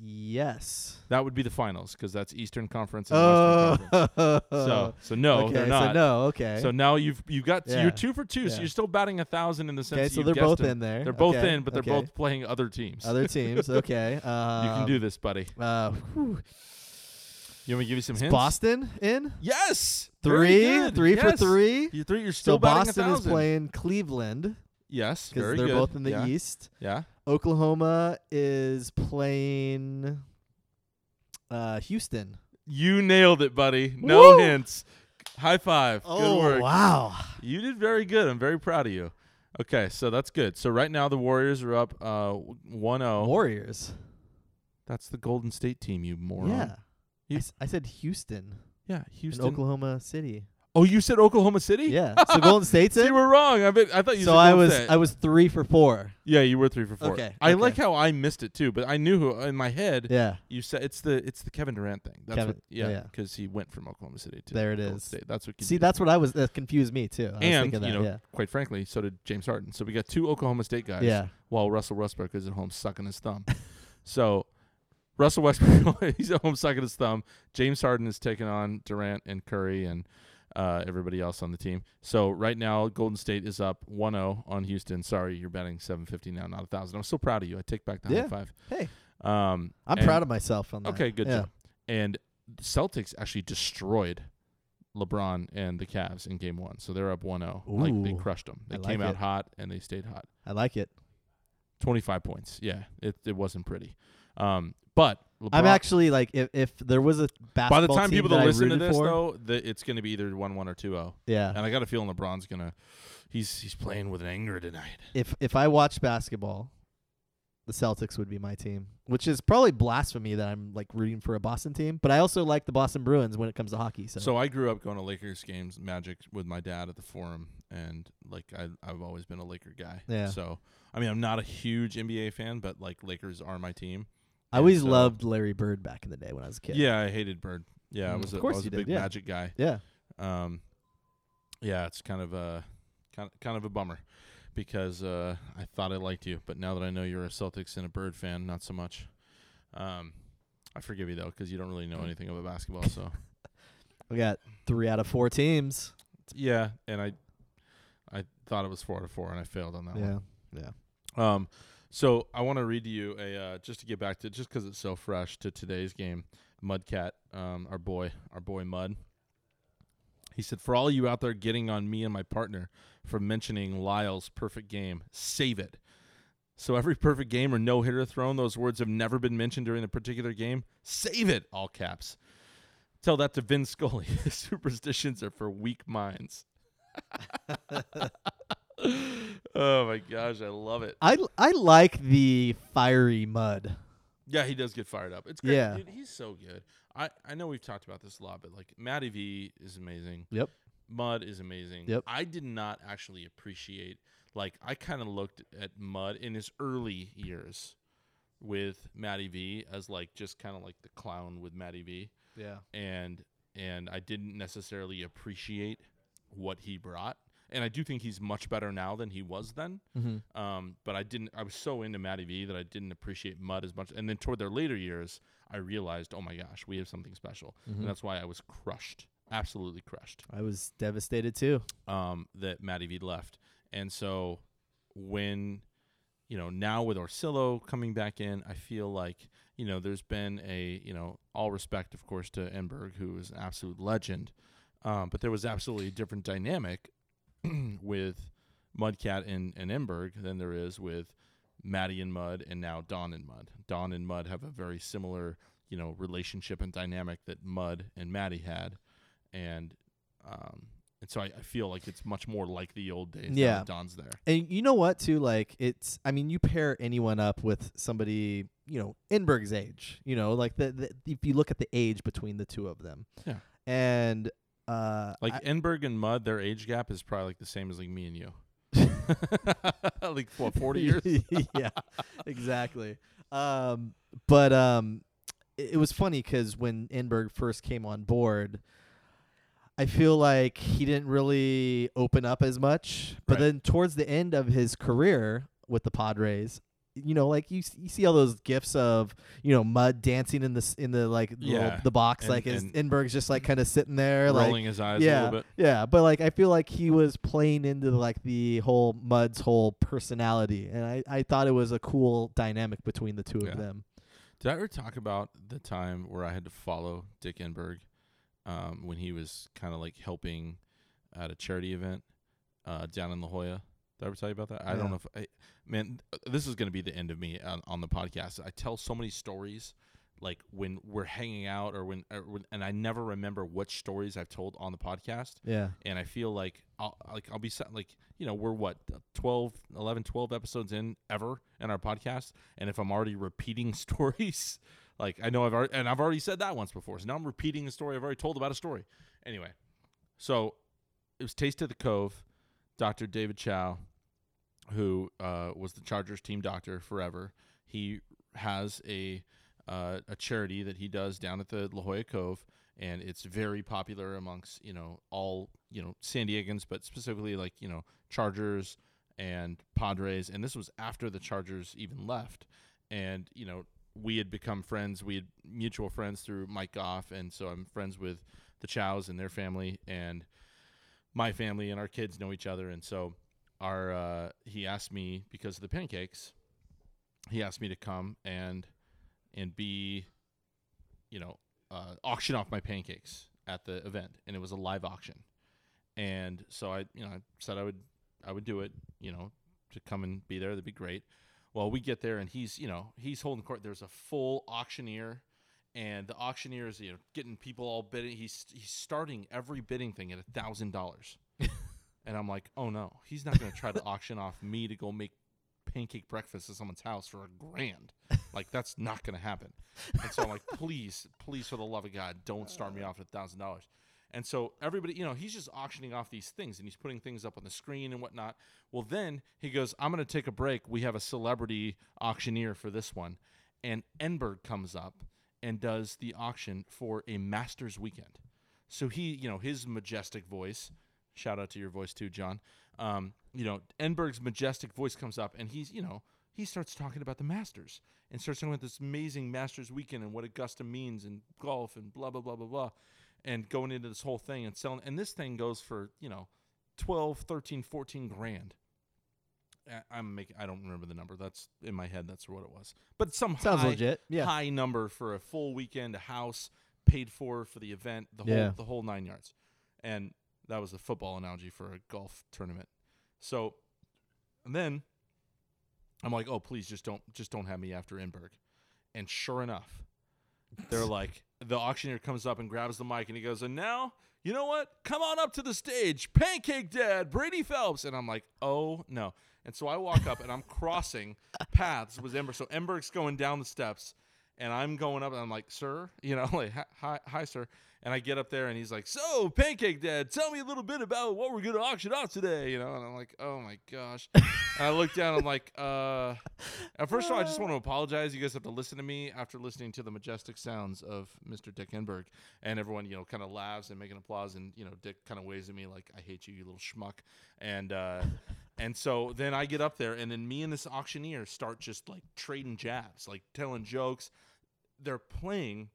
S2: yes.
S1: That would be the finals because that's Eastern Conference and
S2: Oh.
S1: Western Conference. So, so no,
S2: okay,
S1: they're not.
S2: So no. Okay.
S1: So now you've you've got
S2: Yeah.
S1: you're two for two,
S2: Yeah.
S1: so you're still batting a thousand in the sense.
S2: okay.
S1: that
S2: So
S1: you've
S2: they're
S1: guessed
S2: both
S1: them.
S2: in there.
S1: They're both
S2: Okay,
S1: in, but they're
S2: okay.
S1: both playing other teams.
S2: other teams. Okay. Um,
S1: you can do this, buddy.
S2: Uh, whew.
S1: You want me to give you some
S2: Is
S1: hints?
S2: Boston in
S1: Yes, Very
S2: three,
S1: good.
S2: three for
S1: Yes.
S2: three.
S1: You three, you're
S2: So
S1: still batting
S2: Boston
S1: 1,000.
S2: is playing Cleveland
S1: Yes,
S2: because
S1: very
S2: they're
S1: good.
S2: both in the
S1: yeah.
S2: East.
S1: Yeah,
S2: Oklahoma is playing uh, Houston.
S1: you nailed it, buddy. No
S2: Woo!
S1: hints. High five.
S2: oh
S1: good work.
S2: wow!
S1: You did very good. I'm very proud of you. Okay, so that's good. So right now the Warriors are up uh 1-0.
S2: Oh. Warriors.
S1: That's the Golden State team, you moron.
S2: Yeah. I,
S1: You-
S2: s- I said Houston,
S1: Yeah,
S2: and
S1: Houston.
S2: Oklahoma City.
S1: Oh, you said Oklahoma City?
S2: Yeah. So Golden State's
S1: So you
S2: in.
S1: were wrong. I bet, I thought you
S2: So
S1: said
S2: I
S1: Golden
S2: was
S1: State.
S2: I was three for four.
S1: Yeah, you were 3 for 4.
S2: Okay,
S1: I
S2: okay.
S1: like how I missed it too, but I knew who in my head
S2: Yeah.
S1: you said it's the it's the Kevin Durant thing. That's
S2: Kevin-
S1: what yeah,
S2: yeah.
S1: cuz he went from Oklahoma City to
S2: There it
S1: Golden
S2: is.
S1: State. That's what
S2: See,
S1: confused
S2: that's what I was that confused me too. I was
S1: and
S2: thinking that.
S1: you know,
S2: yeah.
S1: quite frankly, so did James Harden. So we got two Oklahoma State guys.
S2: Yeah.
S1: While Russell Westbrook is at home sucking his thumb. so Russell Westbrook he's at home sucking his thumb. James Harden is taking on Durant and Curry and uh, everybody else on the team. So right now, Golden State is up 1-0 on Houston. Sorry, you're batting 750 now, not a thousand. I'm so proud of you. I take back the
S2: Yeah.
S1: high five.
S2: Hey.
S1: um,
S2: I'm
S1: and-
S2: proud of myself on that.
S1: Okay, good
S2: Yeah.
S1: job. And the Celtics actually destroyed LeBron and the Cavs in game one. So they're up 1 0. Like they
S2: Ooh,
S1: crushed them. They
S2: I
S1: came
S2: like
S1: out
S2: it.
S1: hot and they stayed hot.
S2: I like it.
S1: 25 points. Yeah, it, it wasn't pretty. Um, but LeBron.
S2: I'm actually like if, if there was a
S1: by
S2: basketball
S1: the time
S2: team
S1: people
S2: that I
S1: listen to
S2: rooted
S1: this,
S2: for,
S1: though, the, it's going to be either 1 1 or 2 0.
S2: yeah.
S1: And I got a feeling LeBron's going to. He's he's playing with an anger tonight.
S2: If if I watched basketball, the Celtics would be my team, which is probably blasphemy that I'm like rooting for a Boston team, but I also like the Boston Bruins when it comes to hockey. So,
S1: So, I grew up going to Lakers games, Magic, with my dad at the Forum, and like I, I've always been a Laker guy.
S2: Yeah.
S1: So I mean, I'm not a huge NBA fan, but like Lakers are my team.
S2: I
S1: And
S2: always
S1: so-
S2: loved Larry Bird back in the day when I was a kid.
S1: Yeah, I hated Bird. Yeah, I
S2: Mm,
S1: was
S2: of
S1: a, I
S2: course
S1: was
S2: you
S1: a
S2: did,
S1: big
S2: yeah.
S1: Magic guy.
S2: Yeah.
S1: Um, yeah, it's kind of a kind kind of a bummer because uh, I thought I liked you, but now that I know you're a Celtics and a Bird fan, not so much. Um, I forgive you though because you don't really know anything about basketball. So
S2: We got three out of four teams.
S1: yeah, and I I thought it was four out of four, and I failed on that one.
S2: Yeah. Yeah.
S1: Um, so I want to read to you a uh, just to get back to just because it's so fresh to today's game. Mudcat, um, our boy, our boy Mud. He said, "For all you out there getting on me and my partner for mentioning Lyle's perfect game, save it. So every perfect game or no hitter thrown, those words have never been mentioned during the particular game. Save it, all caps. Tell that to Vin Scully. Superstitions are for weak minds." oh my gosh, I love it.
S2: I I like the fiery mud.
S1: Yeah, he does get fired up. It's great.
S2: Yeah.
S1: Dude, he's so good. I, I know we've talked about this a lot, but like Matty V is amazing.
S2: Yep.
S1: Mud is amazing.
S2: Yep.
S1: I did not actually appreciate like I kind of looked at Mud in his early years with Matty V as like just kind of like the clown with Matty V
S2: Yeah.
S1: and and I didn't necessarily appreciate what he brought. And I do think he's much better now than he was then.
S2: Mm-hmm.
S1: Um, but I didn't. I was so into Matty V that I didn't appreciate Mud as much. And then toward their later years, I realized, oh my gosh, we have something special, and that's why I was crushed, absolutely crushed,
S2: Mm-hmm. I was devastated too.
S1: um, that Matty V left. And so when you know now with Orsillo coming back in, I feel like you know there's been a you know all respect, of course, to Enberg, who is an absolute legend, um, but there was absolutely a different dynamic with Mudcat and, and Emberg than there is with Maddie and Mud and now Don and Mud. Don and Mud have a very similar, you know, relationship and dynamic that Mud and Maddie had. And um and so I, I feel like it's much more like the old days now
S2: Yeah.
S1: that Don's there.
S2: And you know what too? Like it's I mean you pair anyone up with somebody you know Inberg's age. You know like the, the if you look at the age between the two of them.
S1: Yeah.
S2: And uh
S1: Like
S2: I-
S1: Enberg and Mud, their age gap is probably like the same as like me and you. like what, forty years?
S2: yeah, exactly. Um, but um, it, it was funny because when Enberg first came on board, I feel like he didn't really open up as much. But
S1: Right.
S2: then towards the end of his career with the Padres, you know, like you, s- you see all those gifs of you know mud dancing in the s- in the like little-
S1: Yeah,
S2: the box,
S1: and-
S2: like as
S1: and
S2: Enberg's just like kind of sitting there, like
S1: Rolling his eyes
S2: yeah,
S1: a little bit.
S2: Yeah, but like I feel like he was playing into like the whole Mud's whole personality, and I, I thought it was a cool dynamic between the two
S1: Yeah.
S2: of them.
S1: Did I ever talk about the time where I had to follow Dick Enberg um, when he was kind of like helping at a charity event uh, down in La Jolla? Did I ever tell you about that? I don't
S2: Yeah.
S1: know if I, man, th- this is going to be the end of me on, on the podcast. I tell so many stories like when we're hanging out or when, or when, and I never remember which stories I've told on the podcast
S2: Yeah,
S1: and I feel like I'll like I'll be set, like you know we're what uh, 12 11 12 episodes in ever in our podcast and if I'm already repeating stories like I know I've already and I've already said that once before so now I'm repeating a story I've already told about a story anyway so it was Taste of the Cove Dr. David Chow who uh, was the Chargers team doctor forever he has a uh, a charity that he does down at the La Jolla Cove and it's very popular amongst you know all you know San Diegans, but specifically like you know Chargers and Padres. And this was after the Chargers even left, and you know we had become friends. We had mutual friends through Mike Goff, and so I'm friends with the Chows and their family, and my family and our kids know each other, and so our uh, he asked me because of the pancakes, he asked me to come and and be, you know, uh, auction off my pancakes at the event, and it was a live auction. And so I, you know, I said I would, I would do it, you know, to come and be there. That'd be great. Well, we get there, and he's, you know, he's holding court. There's a full auctioneer, and the auctioneer is, you know, getting people all bidding. He's he's starting every bidding thing at a thousand dollars, and I'm like, oh no, he's not going to try to auction off me to go make pancake breakfast at someone's house for a grand. Like that's not going to happen. And so I'm like, please, please, for the love of God, don't start me off at thousand dollars. And so everybody, you know, he's just auctioning off these things and he's putting things up on the screen and whatnot. Well, then he goes, I'm going to take a break. We have a celebrity auctioneer for this one. and Enberg comes up and does the auction for a Masters weekend. So he, you know, his majestic voice. Shout out to your voice too, John. Um, you know, Enberg's majestic voice comes up, and he's, you know, he starts talking about the Masters and starts talking about this amazing Masters weekend and what Augusta means and golf and blah blah blah blah blah, and going into this whole thing and selling. And this thing goes for you know, 12, 13, 14 grand. I- I'm making. I don't remember the number. That's in my head. That's what it was. But some
S2: Sounds
S1: high,
S2: legit. Yeah.
S1: high number for a full weekend, a house paid for for the event, the whole
S2: Yeah.
S1: the whole nine yards, and that was a football analogy for a golf tournament. So, and then I'm like, oh please, just don't just don't have me after Inberg, and sure enough, they're like the auctioneer comes up and grabs the mic and he goes, and now you know what? Come on up to the stage, Pancake Dad, Brady Phelps, and I'm like, oh no. And so I walk up and I'm crossing paths with Ember. So Emberg's going down the steps and I'm going up and I'm like, sir, you know, like, hi- hi, hi, sir. And I get up there and he's like, so Pancake Dad, tell me a little bit about what we're going to auction off today, you know? And I'm like, oh my gosh. and I look down, I'm like, uh, and first of all, I just want to apologize. You guys have to listen to me after listening to the majestic sounds of Mr. Dick Enberg. And everyone, you know, kind of laughs and making applause. And, you know, Dick kind of waves at me like, I hate you, you little schmuck. And, uh, and so then I get up there, and then me and this auctioneer start just like trading jabs, like telling jokes. They're playing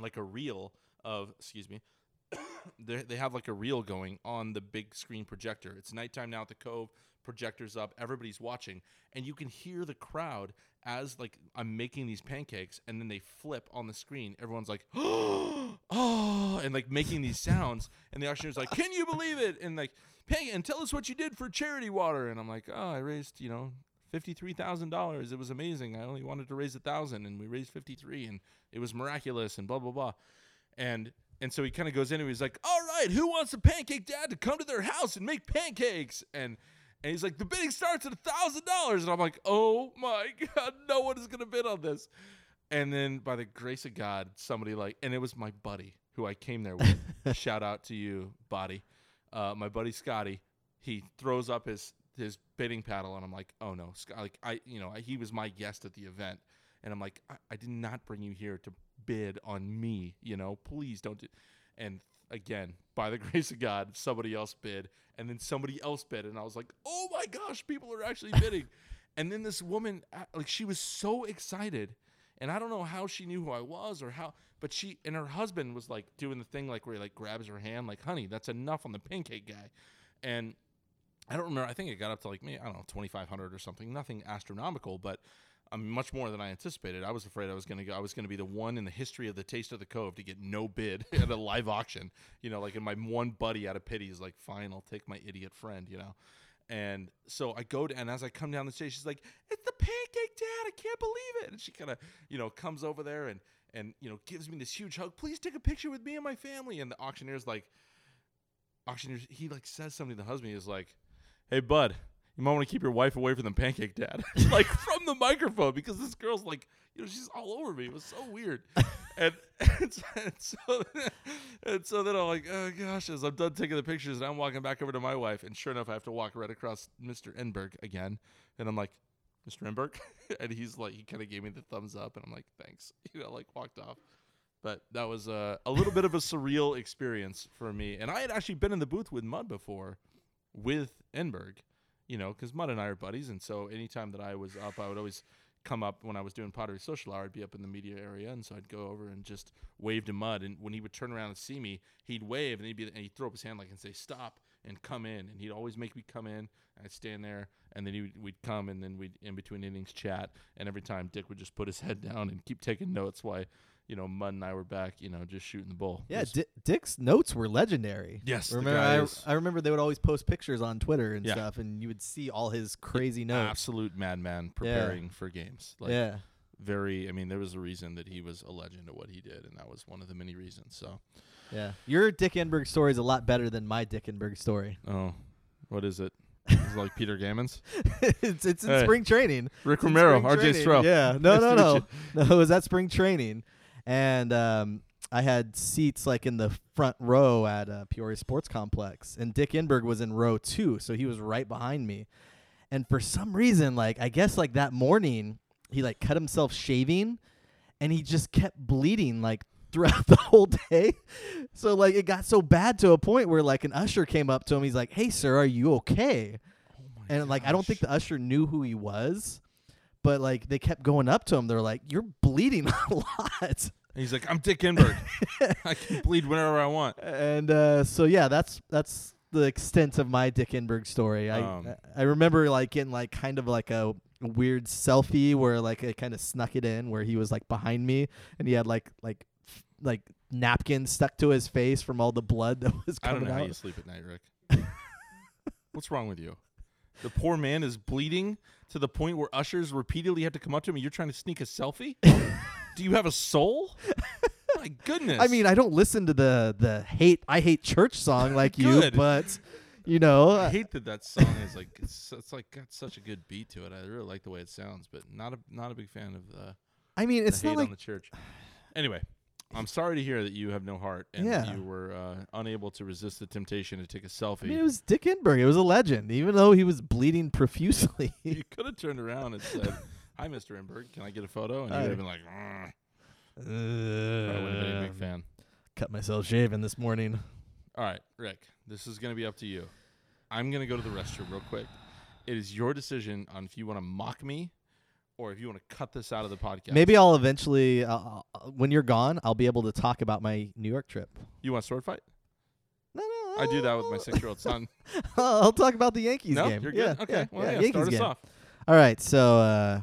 S1: like a reel of, excuse me, they they have like a reel going on the big screen projector. It's nighttime now at the Cove. Projectors up, everybody's watching, and you can hear the crowd as like I'm making these pancakes, and then they flip on the screen. Everyone's like, oh, and like making these sounds, and the auctioneer's like, can you believe it? And like, hey, and tell us what you did for charity water. And I'm like, oh, I raised, you know. Fifty-three thousand dollars. It was amazing. I only wanted to raise a thousand, and we raised fifty-three, and it was miraculous, and blah blah blah and and so he kind of goes in and he's like, "All right, who wants a pancake dad to come to their house and make pancakes?" And and he's like, "The bidding starts at a thousand dollars," and I'm like, "Oh my god, no one is gonna bid on this." And then by the grace of God, somebody like, and it was my buddy who I came there with. Shout out to you, buddy. Uh, my buddy Scotty. He throws up his his bidding paddle, and I'm like, "Oh no, Scott!" Like I, you know, he was my guest at the event, and I'm like, I, I did not bring you here to bid on me. You know, please don't. Do-. And again, by the grace of God, somebody else bid, and then somebody else bid, and I was like, oh my gosh, people are actually bidding. and then this woman, uh, like, she was so excited, and I don't know how she knew who I was or how, but she and her husband was like doing the thing like where he like grabs her hand, like, honey, that's enough on the pancake guy, and. I don't remember. I think it got up to like me. I don't know, twenty five hundred or something. Nothing astronomical, but um, much more than I anticipated. I was afraid I was going to go. I was going to be the one in the history of the Taste of the Cove to get no bid at a live auction. You know, like and my one buddy out of pity is like, "Fine, I'll take my idiot friend." You know, and so I go to, and as I come down the stage, she's like, "It's the pancake dad! I can't believe it!" And she kind of, you know, comes over there and and you know gives me this huge hug. Please take a picture with me and my family. And the auctioneer's like, auctioneer, he like says something to the husband. He's like, "Hey, bud." you might want to keep your wife away from the pancake dad, like from the microphone, because this girl's like, you know, she's all over me. It was so weird. and, and, so, and, so, and so then I'm like, oh gosh, as I'm done taking the pictures and I'm walking back over to my wife, and sure enough, I have to walk right across Mr. Enberg again. And I'm like, Mr. Enberg? and he's like, he kind of gave me the thumbs up, and I'm like, thanks. You know, like walked off. But that was uh, a little bit of a surreal experience for me. And I had actually been in the booth with Mud before with Enberg you know, because Mud and I are buddies, and so anytime that I was up, I would always come up when I was doing pottery social hour. I'd be up in the media area, and so I'd go over and just wave to Mud. And when he would turn around and see me, he'd wave, and he'd be and he'd throw up his hand like and say stop and come in, and he'd always make me come in. And I'd stand there, and then he would, we'd come, and then we'd in between innings chat. And every time Dick would just put his head down and keep taking notes while you know Mud and I were back, you know, just shooting the bull. It
S2: Yeah,
S1: was-
S2: Di- Dick's notes were legendary.
S1: Yes, the
S2: remember
S1: guy
S2: I,
S1: is-
S2: I remember they would always post pictures on Twitter and
S1: Yeah.
S2: stuff, and you would see all his crazy notes.
S1: absolute madman preparing for games. Like,
S2: yeah,
S1: very i mean there was a reason that he was a legend at what he did and that was one of the many reasons so
S2: yeah. Your Dick Enberg story is a lot better than my Dick Enberg story.
S1: oh what is it it's like peter gammons
S2: it's it's in
S1: Hey.
S2: spring training.
S1: rick
S2: It's in
S1: romero rj
S2: spring training.
S1: Stroh.
S2: Yeah, no,
S1: Nice
S2: no,
S1: to meet
S2: no, no. It was at spring training, and um, I had seats like in the front row at uh, Peoria Sports Complex, and Dick Enberg was in row two, so he was right behind me. And for some reason, like I guess like that morning, he like cut himself shaving and he just kept bleeding like throughout the whole day. So like it got so bad to a point where like an usher came up to him. He's like, "Hey sir, are you okay?"
S1: Oh
S2: and like I don't think the usher knew who he was, but like they kept going up to him. They're like, "You're bleeding a lot."
S1: he's like, I'm Dick Enberg. I can bleed whenever I want.
S2: And uh, so yeah, that's that's the extent of my Dick Enberg story. I
S1: Um.
S2: I remember like getting like kind of like a weird selfie where like I kind of snuck it in where he was like behind me and he had like like f- like napkins stuck to his face from all the blood that was
S1: I don't
S2: coming
S1: know how
S2: out.
S1: you sleep at night, Rick. What's wrong with you? The poor man is bleeding to the point where ushers repeatedly have to come up to him and you're trying to sneak a selfie? Do you have a soul? My goodness.
S2: I mean, I don't listen to the the hate I hate church song like you,
S1: Good.
S2: but you know,
S1: I
S2: uh,
S1: hate that that song is like it's, it's like got such a good beat to it. I really like the way it sounds, but not a not a big fan of the,
S2: I mean,
S1: the
S2: it's
S1: hate
S2: not like
S1: on the church. Anyway, I'm sorry to hear that you have no heart and
S2: Yeah.
S1: that you were uh, unable to resist the temptation to take a selfie.
S2: I mean, it was Dick Enberg. It was a legend, even though he was bleeding profusely.
S1: you could have turned around and said, "Hi, Mr. Enberg, can I get a photo?" And you
S2: Hi.
S1: would have been like, "Mm." "I would have been a
S2: Um,
S1: big fan."
S2: Cut myself shaving this morning.
S1: All right, Rick, this is going to be up to you. I'm going to go to the restroom real quick. It is your decision on if you want to mock me or if you want to cut this out of the podcast.
S2: Maybe I'll eventually, uh, uh, when you're gone, I'll be able to talk about my New York trip.
S1: you want a sword fight?
S2: No, no.
S1: I do that with my
S2: I'll-
S1: six-year-old son.
S2: I'll talk about the Yankees
S1: no,
S2: game.
S1: you're
S2: Yeah,
S1: good. okay,
S2: yeah,
S1: well,
S2: yeah,
S1: yeah,
S2: Yankees
S1: start us
S2: game.
S1: off.
S2: All right, so uh,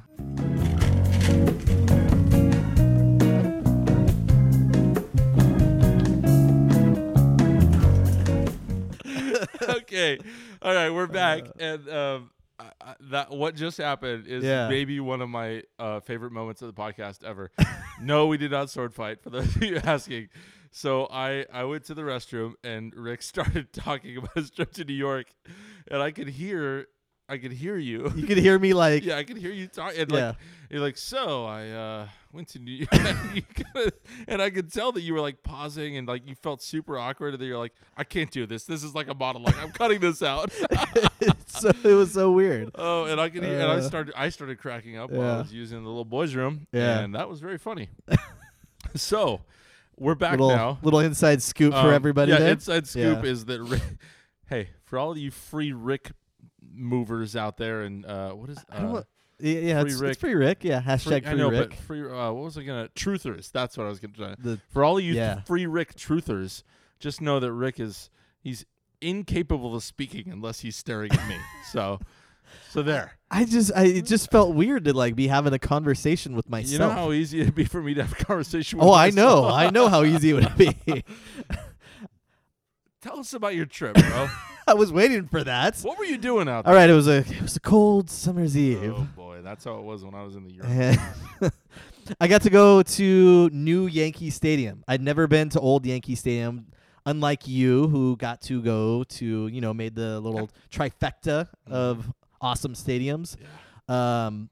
S1: okay. All right, we're back. and um, I, I, that what just happened is
S2: Yeah.
S1: maybe one of my uh, favorite moments of the podcast ever. no, we did not sword fight. For those of you asking, so I I went to the restroom and Rick started talking about his trip to New York, and I could hear I could hear you.
S2: you could hear me like,
S1: Yeah, I could hear you talk. And
S2: Yeah.
S1: like, you're like, so I uh, went to New York, You kinda- and I could tell that you were like pausing and like you felt super awkward. And then you're like, I can't do this. This is like a monologue. I'm cutting this out.
S2: so it was so weird.
S1: oh, and I could hear, and I
S2: Uh,
S1: started, I started cracking up while
S2: yeah.
S1: I was using the little boys' room.
S2: Yeah.
S1: and that was very funny. so we're back
S2: little
S1: now
S2: little inside scoop for
S1: Um,
S2: everybody
S1: Yeah,
S2: there.
S1: inside scoop
S2: Yeah.
S1: is that. Rick, hey, for all you free Rick movers out there, and uh, what is
S2: I don't
S1: uh,
S2: wa- yeah, yeah,
S1: Free
S2: it's,
S1: Rick.
S2: it's free Rick. Yeah,
S1: Free,
S2: hashtag free
S1: I know,
S2: Rick.
S1: but free. Uh, what was I gonna? Truthers. That's what I was gonna. Try.
S2: the
S1: For all you
S2: Yeah.
S1: free Rick truthers, just know that Rick is he's incapable of speaking unless he's staring at me. so, so there.
S2: I just I it just felt weird to like be having a conversation with
S1: You know
S2: myself.
S1: how easy it'd be for me to have a conversation. with
S2: oh, I know.
S1: myself?
S2: I know how easy it would be.
S1: Tell us about your trip, bro.
S2: I was waiting for that.
S1: what were you doing out
S2: All right, it was a it was a cold summer's
S1: there?
S2: eve.
S1: Oh boy, that's how it was when I was in the Europe.
S2: And I got to go to new Yankee Stadium. I'd never been to old Yankee Stadium, unlike you, who got to go to, you know, made the little trifecta
S1: Mm-hmm.
S2: of awesome stadiums. Um,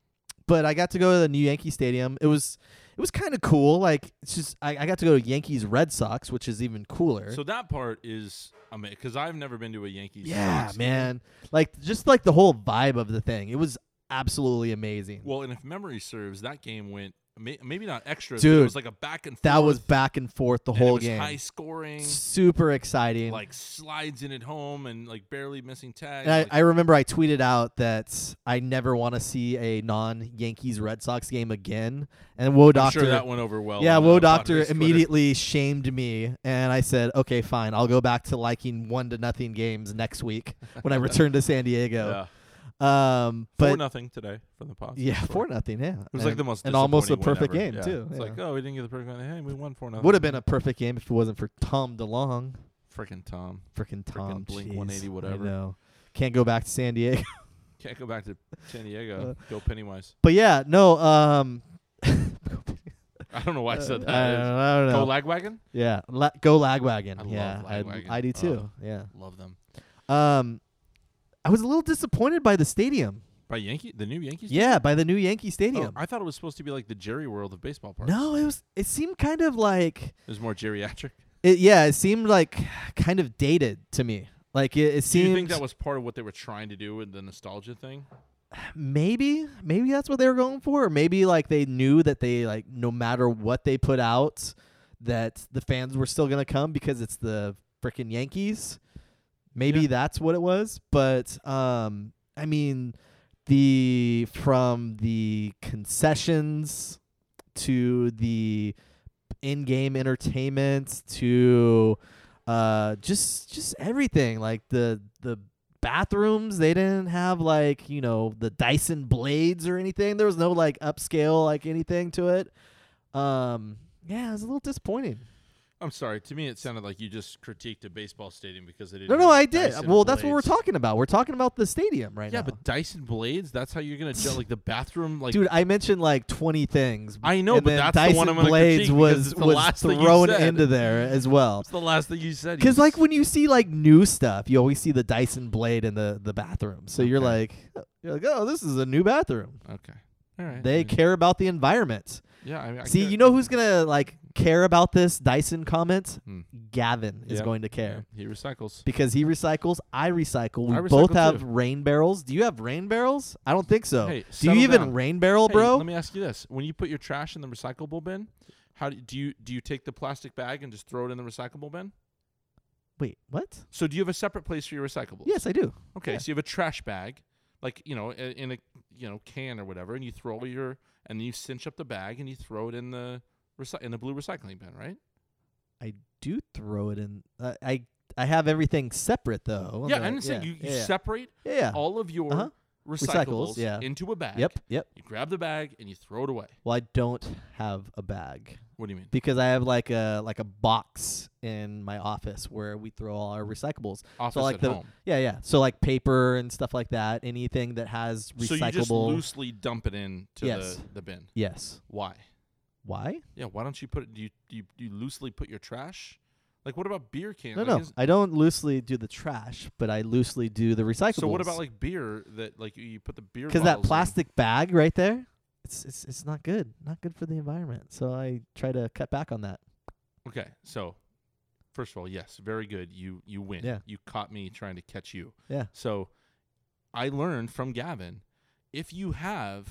S2: but I got to go to the new Yankee Stadium. It was it was kind of cool. Like it's just I, I got to go to Yankees Red Sox, which is even cooler.
S1: So that part is I mean, because I've never been to a Yankees.
S2: yeah,
S1: Sox.
S2: man. Like just like the whole vibe of the thing. It was absolutely amazing.
S1: Well, and if memory serves, that game went may- maybe not extra. it
S2: Dude,
S1: was like a back and forth.
S2: that was back and forth the
S1: and
S2: whole
S1: it was
S2: game.
S1: High scoring,
S2: Super exciting.
S1: like slides in at home and like barely missing tags.
S2: And I,
S1: like-
S2: I remember I tweeted out that I never want to see a non Yankees Red Sox game again. And Woe
S1: I'm
S2: Doctor.
S1: sure that went over well.
S2: yeah,
S1: on,
S2: Woe
S1: uh,
S2: Doctor
S1: Padres Twitter.
S2: immediately shamed me. And I said, okay, fine. I'll go back to liking one to nothing games next week when I return to San Diego.
S1: Yeah.
S2: Um,
S1: four
S2: but
S1: nothing today from the Pos.
S2: yeah,
S1: That's what-
S2: four nothing. Yeah.
S1: It was like the most
S2: and almost a
S1: disappointing
S2: perfect
S1: win
S2: game,
S1: ever. Yeah.
S2: too.
S1: It's like oh, we didn't get the perfect game. Hey, we won four nothing.
S2: Would have been a perfect game if it wasn't for Tom DeLong.
S1: freaking Tom.
S2: Freaking Tom.
S1: Blink
S2: jeez.
S1: 180 whatever.
S2: I know. Can't go back to San Diego.
S1: Can't go back to San
S2: Uh,
S1: Diego. Go Pennywise.
S2: But yeah, no. Um,
S1: I don't know why I said
S2: uh, I don't,
S1: that.
S2: I don't know.
S1: Go Lagwagon.
S2: yeah, la- go Lagwagon.
S1: I love
S2: yeah, I-
S1: Lagwagon.
S2: I, do too.
S1: Oh.
S2: Yeah.
S1: Love them.
S2: Um, I was a little disappointed by the stadium.
S1: By Yankee, the new Yankees.
S2: Yeah, by the new Yankee
S1: Oh,
S2: Stadium.
S1: I thought it was supposed to be like the Jerry World of baseball parks.
S2: no, it was. It seemed kind of like.
S1: it was more geriatric.
S2: It, yeah, it seemed like kind of dated to me. Like it, it
S1: Do
S2: seemed.
S1: you think that was part of what they were trying to do with the nostalgia thing?
S2: maybe maybe that's what they were going for. Or maybe like they knew that they like no matter what they put out, that the fans were still gonna come because it's the freaking Yankees. Maybe
S3: Yeah.
S2: that's what it was. But um, I mean, the from the concessions to the in-game entertainment to uh just just everything like the the bathrooms they didn't have like you know the dyson blades or anything there was no like upscale like anything to it um yeah it was a little disappointing
S1: I'm sorry. To me, it sounded like you just critiqued a baseball stadium because they didn't.
S2: no no
S1: have
S2: i did
S1: Dyson
S2: well that's what we're
S1: blades.
S2: talking about we're talking about the stadium right
S1: Yeah,
S2: now
S1: but Dyson blades. That's how you're gonna judge like the bathroom. Like,
S2: dude i mentioned like 20 things
S1: I know,
S2: and
S1: but
S2: then
S1: that's
S2: dyson
S1: the one I'm gonna critique
S2: blades
S1: because
S2: was
S1: it's the
S2: was
S1: last thing you
S2: thrown
S1: said.
S2: into there as well
S1: It's the last thing you said. You
S2: Because like
S1: s-
S2: when you see like new stuff, you always see the Dyson blade in the the bathroom. So you're like,
S1: Okay.
S2: you're like, oh, this is a new bathroom.
S1: okay, all right.
S2: They
S1: I mean,
S2: care about the environment.
S1: yeah. I mean, I
S2: see,
S1: get
S2: you
S1: it.
S2: know who's gonna like care about this Dyson comment?
S1: Hmm.
S2: Gavin is
S1: Yeah.
S2: going to care
S1: Yeah, he recycles.
S2: because he recycles. I recycle. We
S1: I
S2: both
S1: recycle
S2: have
S1: too.
S2: rain barrels. Do you have rain barrels? I don't think so.
S1: Hey,
S2: Do
S1: settle
S2: you even
S1: down.
S2: rain barrel,
S1: Hey,
S2: bro?
S1: Let me ask you this: When you put your trash in the recyclable bin, how do, do you do you take the plastic bag and just throw it in the recyclable bin?
S2: Wait, what?
S1: So do you have a separate place for your recyclables?
S2: Yes, I do.
S1: Okay,
S2: yeah.
S1: so you have a trash bag, like you know, i- in a you know can or whatever, and you throw all your and then you cinch up the bag and you throw it in the recy- in the blue recycling bin, right?
S2: I do throw it in. Uh, I I have everything separate though.
S1: yeah,
S2: Like,
S1: I understand. you you
S2: yeah, yeah.
S1: separate
S2: Yeah, yeah.
S1: all of your
S2: Uh-huh. Recycles,
S1: recyclables
S2: yeah.
S1: into a bag.
S2: Yep, yep.
S1: You grab the bag and you throw it away.
S2: Well, I don't have a bag
S1: What do you mean?
S2: because I have like a like a box in my office where we throw all our recyclables.
S1: Office
S2: like
S1: at
S2: the
S1: home.
S2: Yeah, yeah. So like paper and stuff like that, anything that has recyclable.
S1: So you just loosely dump it in to
S2: Yes.
S1: the, the bin.
S2: yes.
S1: Why?
S2: Why?
S1: Yeah, why don't you put it? Do you, do you do you loosely put your trash? Like, what about beer cans?
S2: No,
S1: Like,
S2: no.
S1: is-
S2: I don't loosely do the trash, but I loosely do the recyclables.
S1: so what about like beer that like you- you put the beer?
S2: because that
S1: bottles in?
S2: plastic bag right there, it's it's it's not good, not good for the environment. So I try to cut back on that.
S1: Okay, so first of all, yes, very good. You you win.
S2: Yeah.
S1: You caught me trying to catch you.
S2: Yeah.
S1: So I learned from Gavin if you have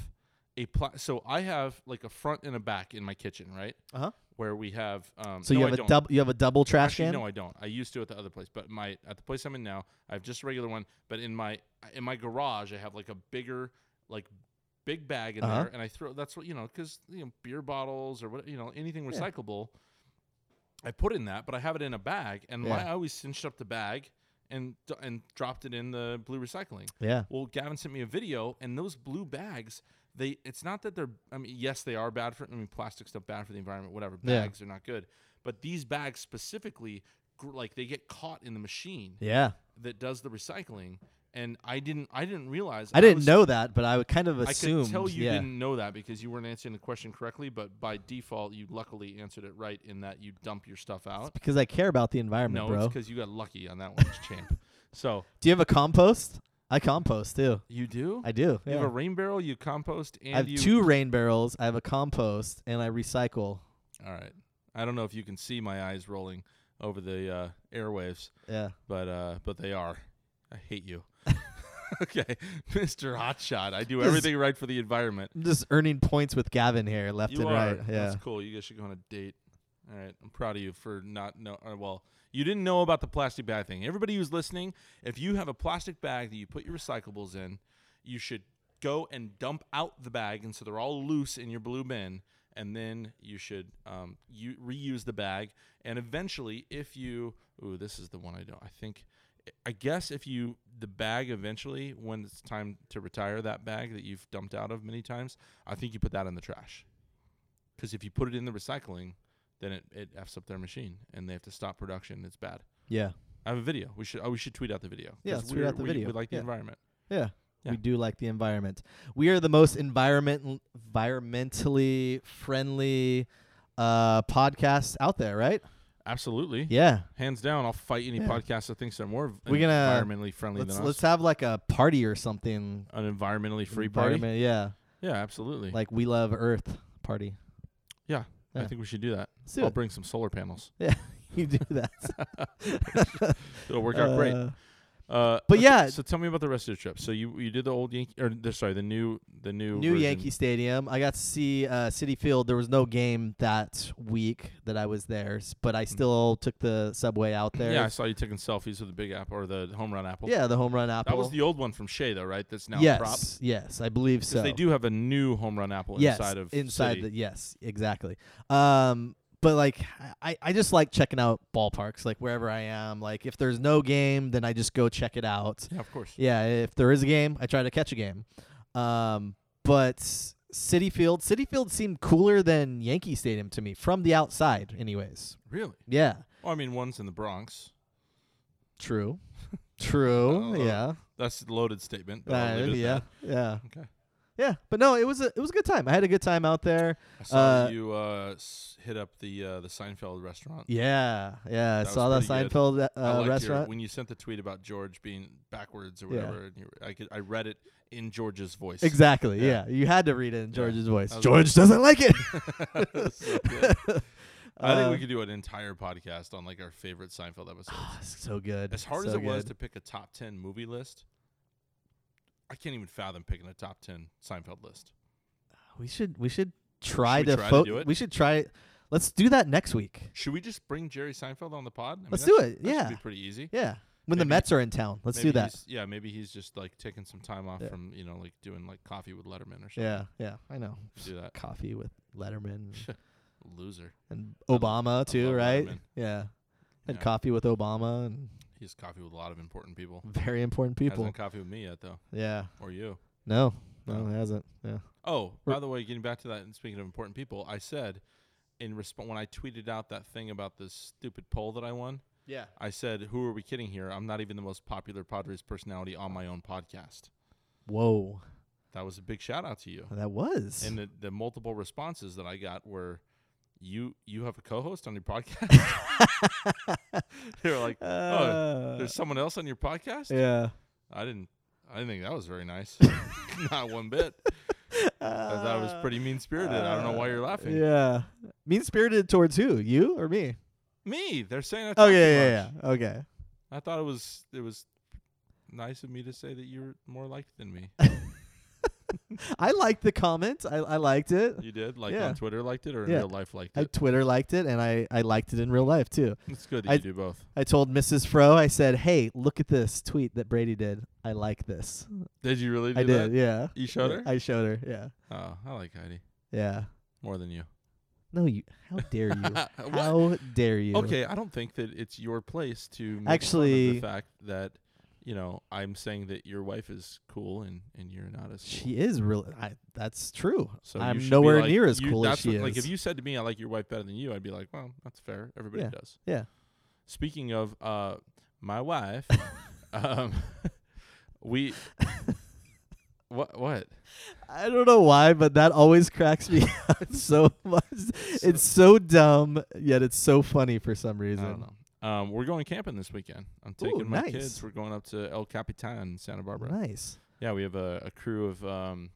S1: a pla- so I have like a front and a back in my kitchen, right?
S2: Uh-huh.
S1: Where we have um
S2: So
S1: no,
S2: you
S1: I
S2: have a
S1: don't.
S2: double you have a double trash
S1: Actually,
S2: can.
S1: no, I don't. I used to at the other place, but my at the place I'm in now, I have just a regular one. But in my in my garage, I have like a bigger, like big bag in
S2: Uh-huh.
S1: there, and I throw. That's what you know, because you know beer bottles or what you know anything
S2: Yeah.
S1: recyclable. I put in that, but I have it in a bag, and my,
S2: Yeah.
S1: I always cinched up the bag and d- and dropped it in the blue recycling.
S2: yeah.
S1: Well, Gavin sent me a video, and those blue bags, they it's not that they're I mean, yes, they are bad for I mean plastic stuff bad for the environment, whatever.
S2: Yeah.
S1: Bags are not good. But these bags specifically gr- like they get caught in the machine
S2: Yeah.
S1: that does the recycling. And I didn't I didn't realize
S2: I didn't
S1: was-
S2: know that, but I would kind of
S1: I
S2: assume.
S1: could tell you
S2: yeah.
S1: didn't know that because you weren't answering the question correctly, but by default you luckily answered it right in that you dump your stuff out.
S2: because I care about the environment,
S1: No,
S2: bro.
S1: it's because you got lucky on that one, champ. So
S2: Do you have a compost? I compost too.
S1: you do?
S2: I do.
S1: you
S2: yeah.
S1: have a rain barrel, you compost, and
S2: I have
S1: you
S2: two rain barrels. I have a compost, and I recycle.
S1: All right. I don't know if you can see my eyes rolling over the uh, airwaves,
S2: Yeah.
S1: but uh, but they are. I hate you. okay, Mr. Hotshot. I do
S2: This is-
S1: everything right for the environment.
S2: I'm just earning points with Gavin here, left
S1: You
S2: and
S1: are.
S2: right. Yeah.
S1: That's cool. You guys should go on a date. All right. I'm proud of you for not know. Uh, well, you didn't know about the plastic bag thing. Everybody who's listening, if you have a plastic bag that you put your recyclables in, you should go and dump out the bag, and so they're all loose in your blue bin. And then you should um, you reuse the bag, and eventually, if you, ooh, this is the one I don't. I think, I guess if you the bag eventually, when it's time to retire that bag that you've dumped out of many times, I think you put that in the trash. Because if you put it in the recycling, then it, it f's up their machine and they have to stop production. It's bad.
S2: yeah.
S1: I have a video. We should oh, we should tweet out the video.
S2: Yeah,
S1: 'Cause
S2: let's tweet
S1: we're-
S2: out the
S1: we,
S2: video.
S1: We like the
S2: Yeah.
S1: environment.
S2: Yeah.
S1: Yeah.
S2: We do like the environment. We are the most environment environmentally friendly uh podcast out there, right?
S1: Absolutely.
S2: Yeah.
S1: Hands down, I'll fight any
S2: Yeah.
S1: podcast that thinks they're more v-
S2: We're gonna-
S1: environmentally friendly
S2: Let's
S1: than
S2: let's
S1: us.
S2: have like a party or something.
S1: An environmentally free party.
S2: Environment- Yeah.
S1: Yeah, absolutely.
S2: Like we love Earth party.
S1: I
S2: yeah.
S1: think we should do that.
S2: Let's do
S1: I'll
S2: it.
S1: bring some solar panels.
S2: You do that.
S1: It'll work out great.
S2: Uh,
S1: Uh,
S2: But
S1: okay,
S2: yeah.
S1: So tell me about the rest of the trip. So you you did the old Yankee or the, sorry the new the new
S2: New
S1: version.
S2: Yankee Stadium. I got to see uh, City Field. There was no game that week that I was there, s- but I still took the subway out there.
S1: Hmm. Yeah, I saw you taking selfies with the big apple or the home run apple.
S2: Yeah, the home run apple.
S1: That was the old one from Shea though, right? That's now
S2: yes,
S1: a prop.
S2: yes, I believe
S1: 'Cause
S2: so.
S1: they do have a new home run apple
S2: yes,
S1: inside of
S2: inside
S1: City.
S2: the yes, exactly. Um, but like I, I just like checking out ballparks, like wherever I am. Like if there's no game, then I just go check it out.
S1: yeah, of course.
S2: Yeah, if there is a game, I try to catch a game. Um, but City Field, City Field seemed cooler than Yankee Stadium to me from the outside, anyways.
S1: Really?
S2: Yeah,
S1: Well, I mean, one's in the Bronx.
S2: true,
S1: Oh,
S2: true. yeah,
S1: That's a loaded statement. but I'll
S2: Uh,
S1: leave it at
S2: yeah,
S1: that.
S2: yeah,
S1: Okay.
S2: yeah. But no, it was a it was a good time. I had a good time out there.
S1: I saw
S2: Uh,
S1: you uh, s- hit up the uh, the Seinfeld restaurant.
S2: Yeah, yeah. I
S1: That was
S2: saw that
S1: pretty good.
S2: Seinfeld
S1: I
S2: uh,
S1: liked Your,
S2: restaurant.
S1: when you sent the tweet about George being backwards or
S2: Yeah.
S1: whatever, and you, I could I read it in George's voice.
S2: Exactly. Yeah.
S1: Yeah.
S2: you had to read it in
S1: Yeah.
S2: George's voice.
S1: That was-
S2: George doesn't like it.
S1: So good. I think
S2: Uh,
S1: we could do an entire podcast on like our favorite Seinfeld episodes.
S2: so good.
S1: As hard as
S2: so
S1: it was
S2: good.
S1: to pick a top ten movie list, I can't even fathom picking a top ten Seinfeld list.
S2: We should we should try
S1: we
S2: to
S1: try to
S2: fo-
S1: do it?
S2: we should try let's do that next week.
S1: Should we just bring Jerry Seinfeld on the pod? I mean,
S2: Let's
S1: that
S2: do
S1: should-
S2: it,
S1: that should
S2: yeah.
S1: be pretty easy.
S2: Yeah. When the
S1: Maybe-
S2: Mets are in town. Let's do
S1: Maybe
S2: that.
S1: he's- Yeah, maybe he's just like taking some time off
S2: Yeah.
S1: from you know like doing like coffee with Letterman or something.
S2: Yeah, yeah. I know.
S1: Do that,
S2: Coffee with Letterman
S1: loser.
S2: and
S1: I love-
S2: Obama too,
S1: love
S2: right?
S1: Letterman.
S2: Yeah. Had
S1: Yeah.
S2: coffee with Obama and
S1: He has coffee with a lot of important people.
S2: very important people.
S1: Hasn't had coffee with me yet though,
S2: Yeah.
S1: or you.
S2: No. No,
S1: No.
S2: it hasn't. Yeah.
S1: Oh,
S2: We're-
S1: by the way, getting back to that and speaking of important people, I said in response when I tweeted out that thing about this stupid poll that I won,
S2: Yeah.
S1: I said, "Who are we kidding here? I'm not even the most popular Padres personality on my own podcast."
S2: Whoa.
S1: That was a big shout out to you.
S2: That was.
S1: And the, the multiple responses that I got were, "You you have a co-host on your podcast?" they were like, oh, "There's someone else on your podcast?"
S2: Uh, yeah.
S1: I didn't I didn't think that was very nice. not one bit. I thought it was
S2: Uh,
S1: pretty mean spirited. I don't know why you're laughing.
S2: Yeah. Mean spirited towards who? You or me?
S1: Me, they're saying I talk
S2: Oh
S1: too
S2: yeah, yeah,
S1: much.
S2: yeah. Okay.
S1: I thought it was it was nice of me to say that you're more liked than me.
S2: I liked the comment. I, I liked it.
S1: You did like
S2: Yeah.
S1: on Twitter liked it or in
S2: Yeah.
S1: real life liked
S2: I
S1: it.
S2: Twitter liked it, and I, I liked it in real life too.
S1: it's good that
S2: I-
S1: you do both.
S2: I told Mrs. Fro, I said, "Hey, look at this tweet that Brady did. I like this.
S1: Did you really do
S2: I
S1: that?
S2: did. Yeah.
S1: You showed
S2: Yeah,
S1: her?
S2: I showed her. Yeah.
S1: Oh, I like Heidi
S2: Yeah.
S1: more than you.
S2: No, you. How dare you?
S1: What?
S2: how dare you?
S1: Okay, I don't think that it's your place to make fun
S2: Actually-
S1: of the fact that you know I'm saying that your wife is cool and and you're not as cool.
S2: She is really. I, that's true.
S1: So you
S2: I'm
S1: should be
S2: nowhere
S1: like-
S2: near as
S1: you-
S2: cool as
S1: that's
S2: she
S1: what- Like
S2: is.
S1: if you said to me, "I like your wife better than you," I'd be like, "Well, that's fair. Everybody
S2: Yeah,
S1: does."
S2: yeah.
S1: Speaking of uh, my wife, um, we what what
S2: I don't know why, but that always cracks me up so much. It's so dumb, yet it's so funny for some
S1: I
S2: reason.
S1: don't know. Um, we're going camping this weekend. I'm taking
S2: Ooh,
S1: my
S2: nice.
S1: kids. We're going up to El Capitan, Santa Barbara.
S2: Nice.
S1: Yeah, we have a, a crew of um,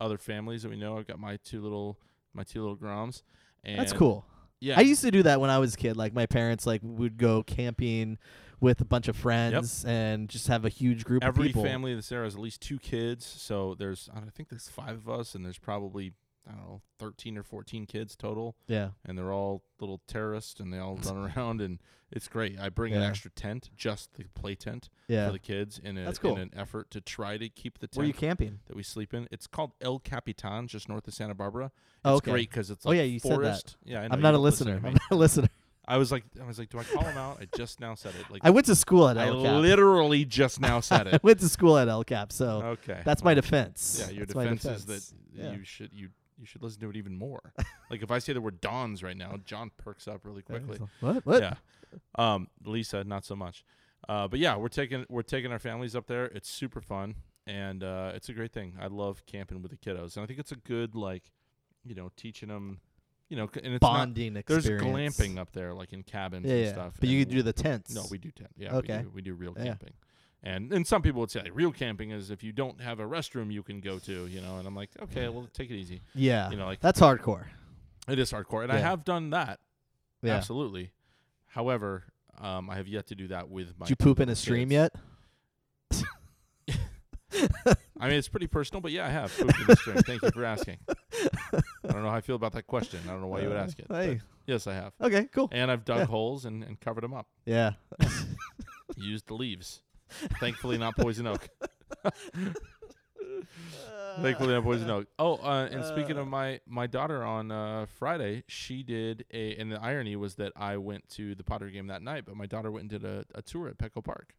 S1: other families that we know. I've got my two little my two little groms. And
S2: That's cool.
S1: Yeah,
S2: I used to do that when I was a kid. Like my parents like would go camping with a bunch of friends and just have a huge group of
S1: every
S2: people.
S1: family that's there has at least two kids. So there's I, don't- I think there's five of us, and there's probably I don't know thirteen or fourteen kids total,
S2: Yeah.
S1: and they're all little terrorists, and they all run around, and it's great. I bring an
S2: Yeah.
S1: extra tent, just the play tent
S2: Yeah.
S1: for the kids, in, a,
S2: That's cool.
S1: in an effort to try to keep the
S2: Were
S1: tent
S2: you camping?
S1: that we sleep in. It's called El Capitan, just north of Santa Barbara.
S2: Oh,
S1: It's
S2: okay.
S1: great because it's
S2: Oh,
S1: like
S2: yeah, you said that.
S1: forest. Yeah, I know,
S2: I'm
S1: you
S2: not a
S1: don't listen to
S2: listener.
S1: me.
S2: I'm not a listener.
S1: I was like, I was like, do I call him out? I just now said it. Like,
S2: I went to school at
S1: I
S2: El Cap.
S1: literally just now said
S2: I
S1: it. Oh,
S2: went to school at El Cap, so
S1: Okay,
S2: that's my
S1: well,
S2: defense.
S1: Yeah, your
S2: That's my
S1: defense,
S2: defense.
S1: is that
S2: Yeah.
S1: you should you you should listen to it even more. like if I say the word Dons right now, John perks up really quickly.
S2: What? What?
S1: Yeah. Um, Lisa, not so much. Uh, but yeah, we're taking we're taking our families up there. It's super fun, and uh, it's a great thing. I love camping with the kiddos, and I think it's a good like, you know, teaching them, you know, c- and it's not,
S2: Bonding
S1: there's
S2: experience.
S1: glamping up there, like in cabins
S2: Yeah,
S1: and
S2: yeah.
S1: stuff.
S2: But you
S1: and
S2: could do the tents.
S1: no, we do tent. Yeah,
S2: Okay.
S1: we, do, we do real
S2: Yeah.
S1: camping. And and some people would say like, real camping is if you don't have a restroom you can go to, you know. And I'm like, okay, well, take it easy.
S2: Yeah.
S1: You know, like
S2: That's hardcore.
S1: it is hardcore, and I
S2: Ah. Yeah.
S1: have done that
S2: Yeah.
S1: absolutely. However, um, I have yet to do that with my.
S2: Did you poop in a
S1: kids.
S2: stream yet?
S1: I mean, it's pretty personal, but yeah, I have pooped in the stream. Thank you for asking. I don't know how I feel about that question. I don't know why you would
S2: Uh,
S1: ask it. but
S2: Hey.
S1: Yes, I have.
S2: Okay. Cool.
S1: And I've dug
S2: Yeah.
S1: holes and, and covered them up.
S2: Yeah.
S1: Used the leaves. Thankfully, not poison oak. Thankfully, not poison oak. Oh, uh, and speaking of my my daughter on uh, Friday, she did a. And the irony was that I went to the Potter game that night, but my daughter went and did a, a tour at Petco Park,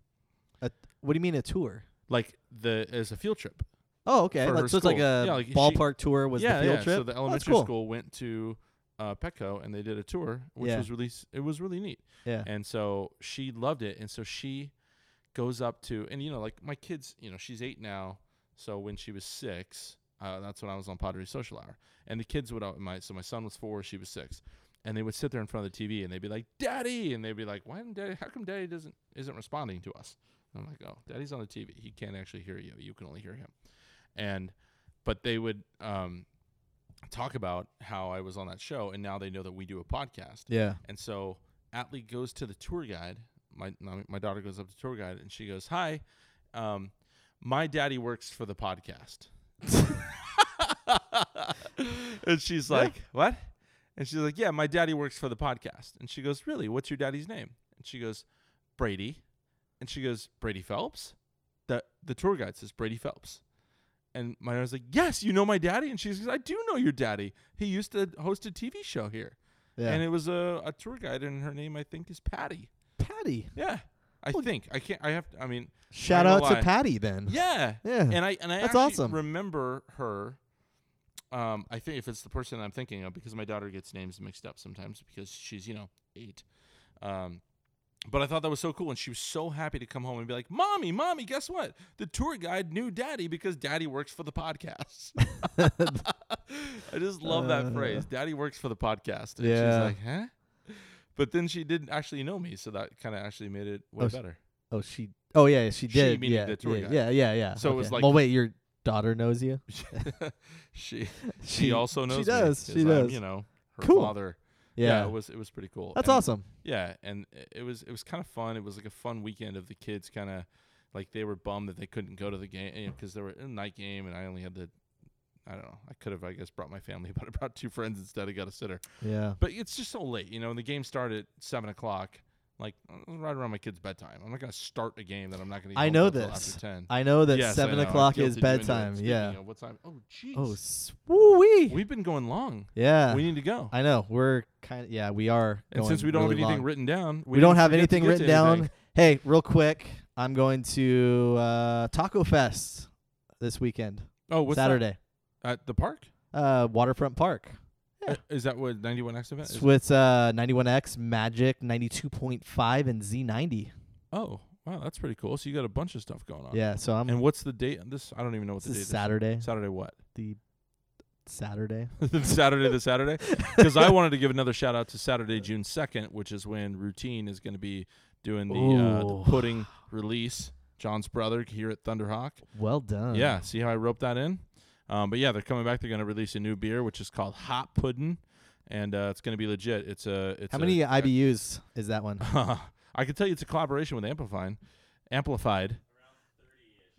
S2: What do you mean a tour?
S1: like the as a field trip.
S2: Oh, okay.
S1: For
S2: Like,
S1: her
S2: so it's like
S1: school.
S2: a
S1: Yeah, like, she-
S2: ballpark tour was
S1: yeah,
S2: the field
S1: yeah.
S2: trip.
S1: So the
S2: Oh, that's
S1: elementary
S2: cool.
S1: school went to uh, Petco and they did a tour, which
S2: Yeah.
S1: was really s- it was really neat.
S2: Yeah.
S1: And so she loved it. And so she goes up to, and you know, like my kids, you know, she's eight now. So when she was six, uh, that's when I was on Pottery Social Hour. And the kids would, uh, my so my son was four, she was six. And they would sit there in front of the TV and they'd be like, Daddy. And they'd be like, Why didn't daddy, how come daddy doesn't, isn't responding to us? And I'm like, Oh, daddy's on the TV. He can't actually hear you. You can only hear him. And, but they would um, talk about how I was on that show. And now they know that we do a podcast.
S2: Yeah.
S1: And so Atlee goes to the tour guide. My no, my daughter goes up to the tour guide and she goes, "Hi, um, my daddy works for the podcast." and she's
S2: Yeah.
S1: like, "What?" And she's like, "Yeah, my daddy works for the podcast." And she goes, "Really? What's your daddy's name?" And she goes, "Brady." And she goes, "Brady Phelps." The the tour guide says, "Brady Phelps." And my daughter's like, "Yes, you know my daddy." And she says, "I do know your daddy. He used to host a TV show here."
S2: Yeah.
S1: and it was a, a tour guide, and her name I think is Patty.
S2: Patty.
S1: Yeah, I
S2: Well,
S1: think I can't. I have. To, I mean,
S2: Shout
S1: gonna
S2: out to
S1: lie.
S2: Patty then.
S1: yeah.
S2: Yeah.
S1: And I and I
S2: That's
S1: actually
S2: awesome.
S1: remember her. Um, I think if it's the person I'm thinking of, because my daughter gets names mixed up sometimes because she's you know eight. Um, but I thought that was so cool, and she was so happy to come home and be like, "Mommy, mommy, guess what? The tour guide knew Daddy because Daddy works for the podcast." I just love that
S2: Uh.
S1: phrase. Daddy works for the podcast. And
S2: Yeah.
S1: she's like, huh? But then she didn't actually know me, so that kind of actually made it way
S2: Oh, s-
S1: better.
S2: Oh, she. Oh, yeah,
S1: She
S2: she did.
S1: meaning
S2: yeah,
S1: the tour
S2: yeah,
S1: guide.
S2: yeah, yeah, yeah.
S1: So it was
S2: Okay.
S1: like-
S2: Well, wait, your daughter knows you.
S1: she she also knows
S2: She does.
S1: Me,
S2: she
S1: 'cause I'm,
S2: does.
S1: you know, her
S2: Cool.
S1: father.
S2: yeah.
S1: it was it was pretty cool.
S2: That's
S1: And-
S2: awesome.
S1: Yeah, and i- it was it was kind of fun. It was like a fun weekend of the kids kind of like they were bummed that they couldn't go to the game because there were a night game, and I only had the I don't know. I could have I guess brought my family, but I brought two friends instead. I got a sitter.
S2: Yeah.
S1: But it's just so late, you know. And the game started at seven o'clock, like uh, right around my kid's bedtime. I'm not gonna start a game that I'm not gonna. Get
S2: I
S1: home
S2: know
S1: till
S2: this.
S1: After ten.
S2: I know that
S1: Yes, I
S2: seven
S1: know. I
S2: o'clock is
S1: guilted you into it.
S2: bedtime.
S1: Speaking
S2: Yeah.
S1: of what time? Oh, jeez.
S2: Oh, woo
S1: we've been going long.
S2: Yeah.
S1: we need to go.
S2: I know. We're kind of. Yeah, we are.
S1: and
S2: going
S1: since we don't
S2: really
S1: have anything
S2: long.
S1: written down,
S2: we, don't
S1: didn't
S2: have
S1: forget to
S2: anything
S1: get to
S2: written down.
S1: anything.
S2: Hey, real quick, I'm going to uh, Taco Fest this weekend,
S1: Oh, what's that?
S2: Saturday,
S1: at the park?
S2: Uh, Waterfront Park. Yeah.
S1: Uh, Is that what 91X event?
S2: It's
S1: Is?
S2: with uh, 91X, Magic, 92.5, and Z90.
S1: Oh, wow, that's pretty cool. So you got a bunch of stuff going on.
S2: Yeah, so I'm.
S1: And what's the date? on This I don't even know what
S2: this
S1: the date
S2: is Saturday.
S1: is. Saturday what?
S2: The Saturday.
S1: Saturday the Saturday. because I wanted to give another shout out to Saturday, June second, which is when Routine is going to be doing the, uh,
S2: Ooh.
S1: the pudding release. John's brother here at Thunderhawk.
S2: Well done.
S1: Yeah, see how I roped that in. Um, but yeah, they're coming back. They're going to release a new beer, which is called Hot Pudding, and uh, it's going to be legit. It's a. It's
S2: How
S1: a-
S2: many IBUs is that one?
S1: I can tell you, it's a collaboration with Amplifying, Amplified.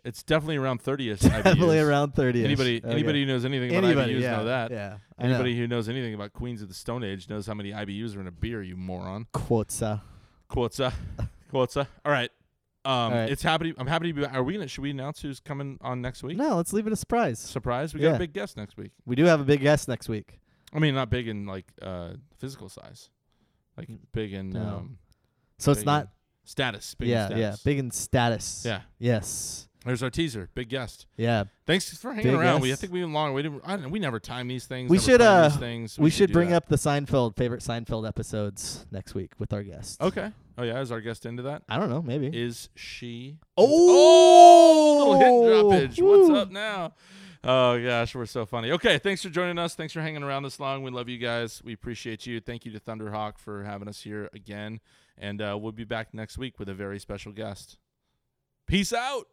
S1: It's definitely around thirty-ish.
S2: Definitely
S1: IBUs.
S2: around 30.
S1: Anybody, anybody who knows anything about
S2: Anybody,
S1: IBUs
S2: yeah,
S1: know that.
S2: Yeah. I know.
S1: Anybody who knows anything about Queens of the Stone Age knows how many IBUs are in a beer, you moron.
S2: Quotza.
S1: Quotza. Quotza. All right. Um,
S2: right.
S1: It's happy. I'm happy to be. Are we gonna? Should we announce who's coming on next week?
S2: No, let's leave it a surprise.
S1: Surprise! We got
S2: Yeah.
S1: a big guest next week.
S2: We do have a big guest next week.
S1: I mean, not big in like uh, physical size, like
S2: Mm,
S1: big in
S2: no.
S1: um,
S2: So it's
S1: big
S2: not.
S1: in status. Big in
S2: yeah, yeah.
S1: status.
S2: Big in status.
S1: Yeah.
S2: Yes.
S1: There's our teaser. Big guest.
S2: Yeah.
S1: Thanks for hanging
S2: Big
S1: around. We I
S2: guest.
S1: think we've been long. We didn't. I don't know, we never time these things.
S2: We
S1: never
S2: should,
S1: plan these
S2: uh,
S1: things.
S2: We, should bring
S1: up.
S2: up the Seinfeld favorite Seinfeld episodes next week with our guest.
S1: Okay. Oh yeah. Is our guest into that?
S2: I don't know. Maybe.
S1: Is she?
S2: oh,
S1: Little hit droppage. What's
S2: Woo.
S1: up now? Oh gosh, we're so funny. Okay, thanks for joining us. Thanks for hanging around this long. We love you guys. We appreciate you. Thank you to Thunderhawk for having us here again, and uh, we'll be back next week with a very special guest. Peace out.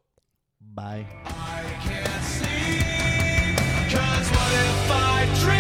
S2: Bye.
S4: I can't sleep, 'cause what if I dream?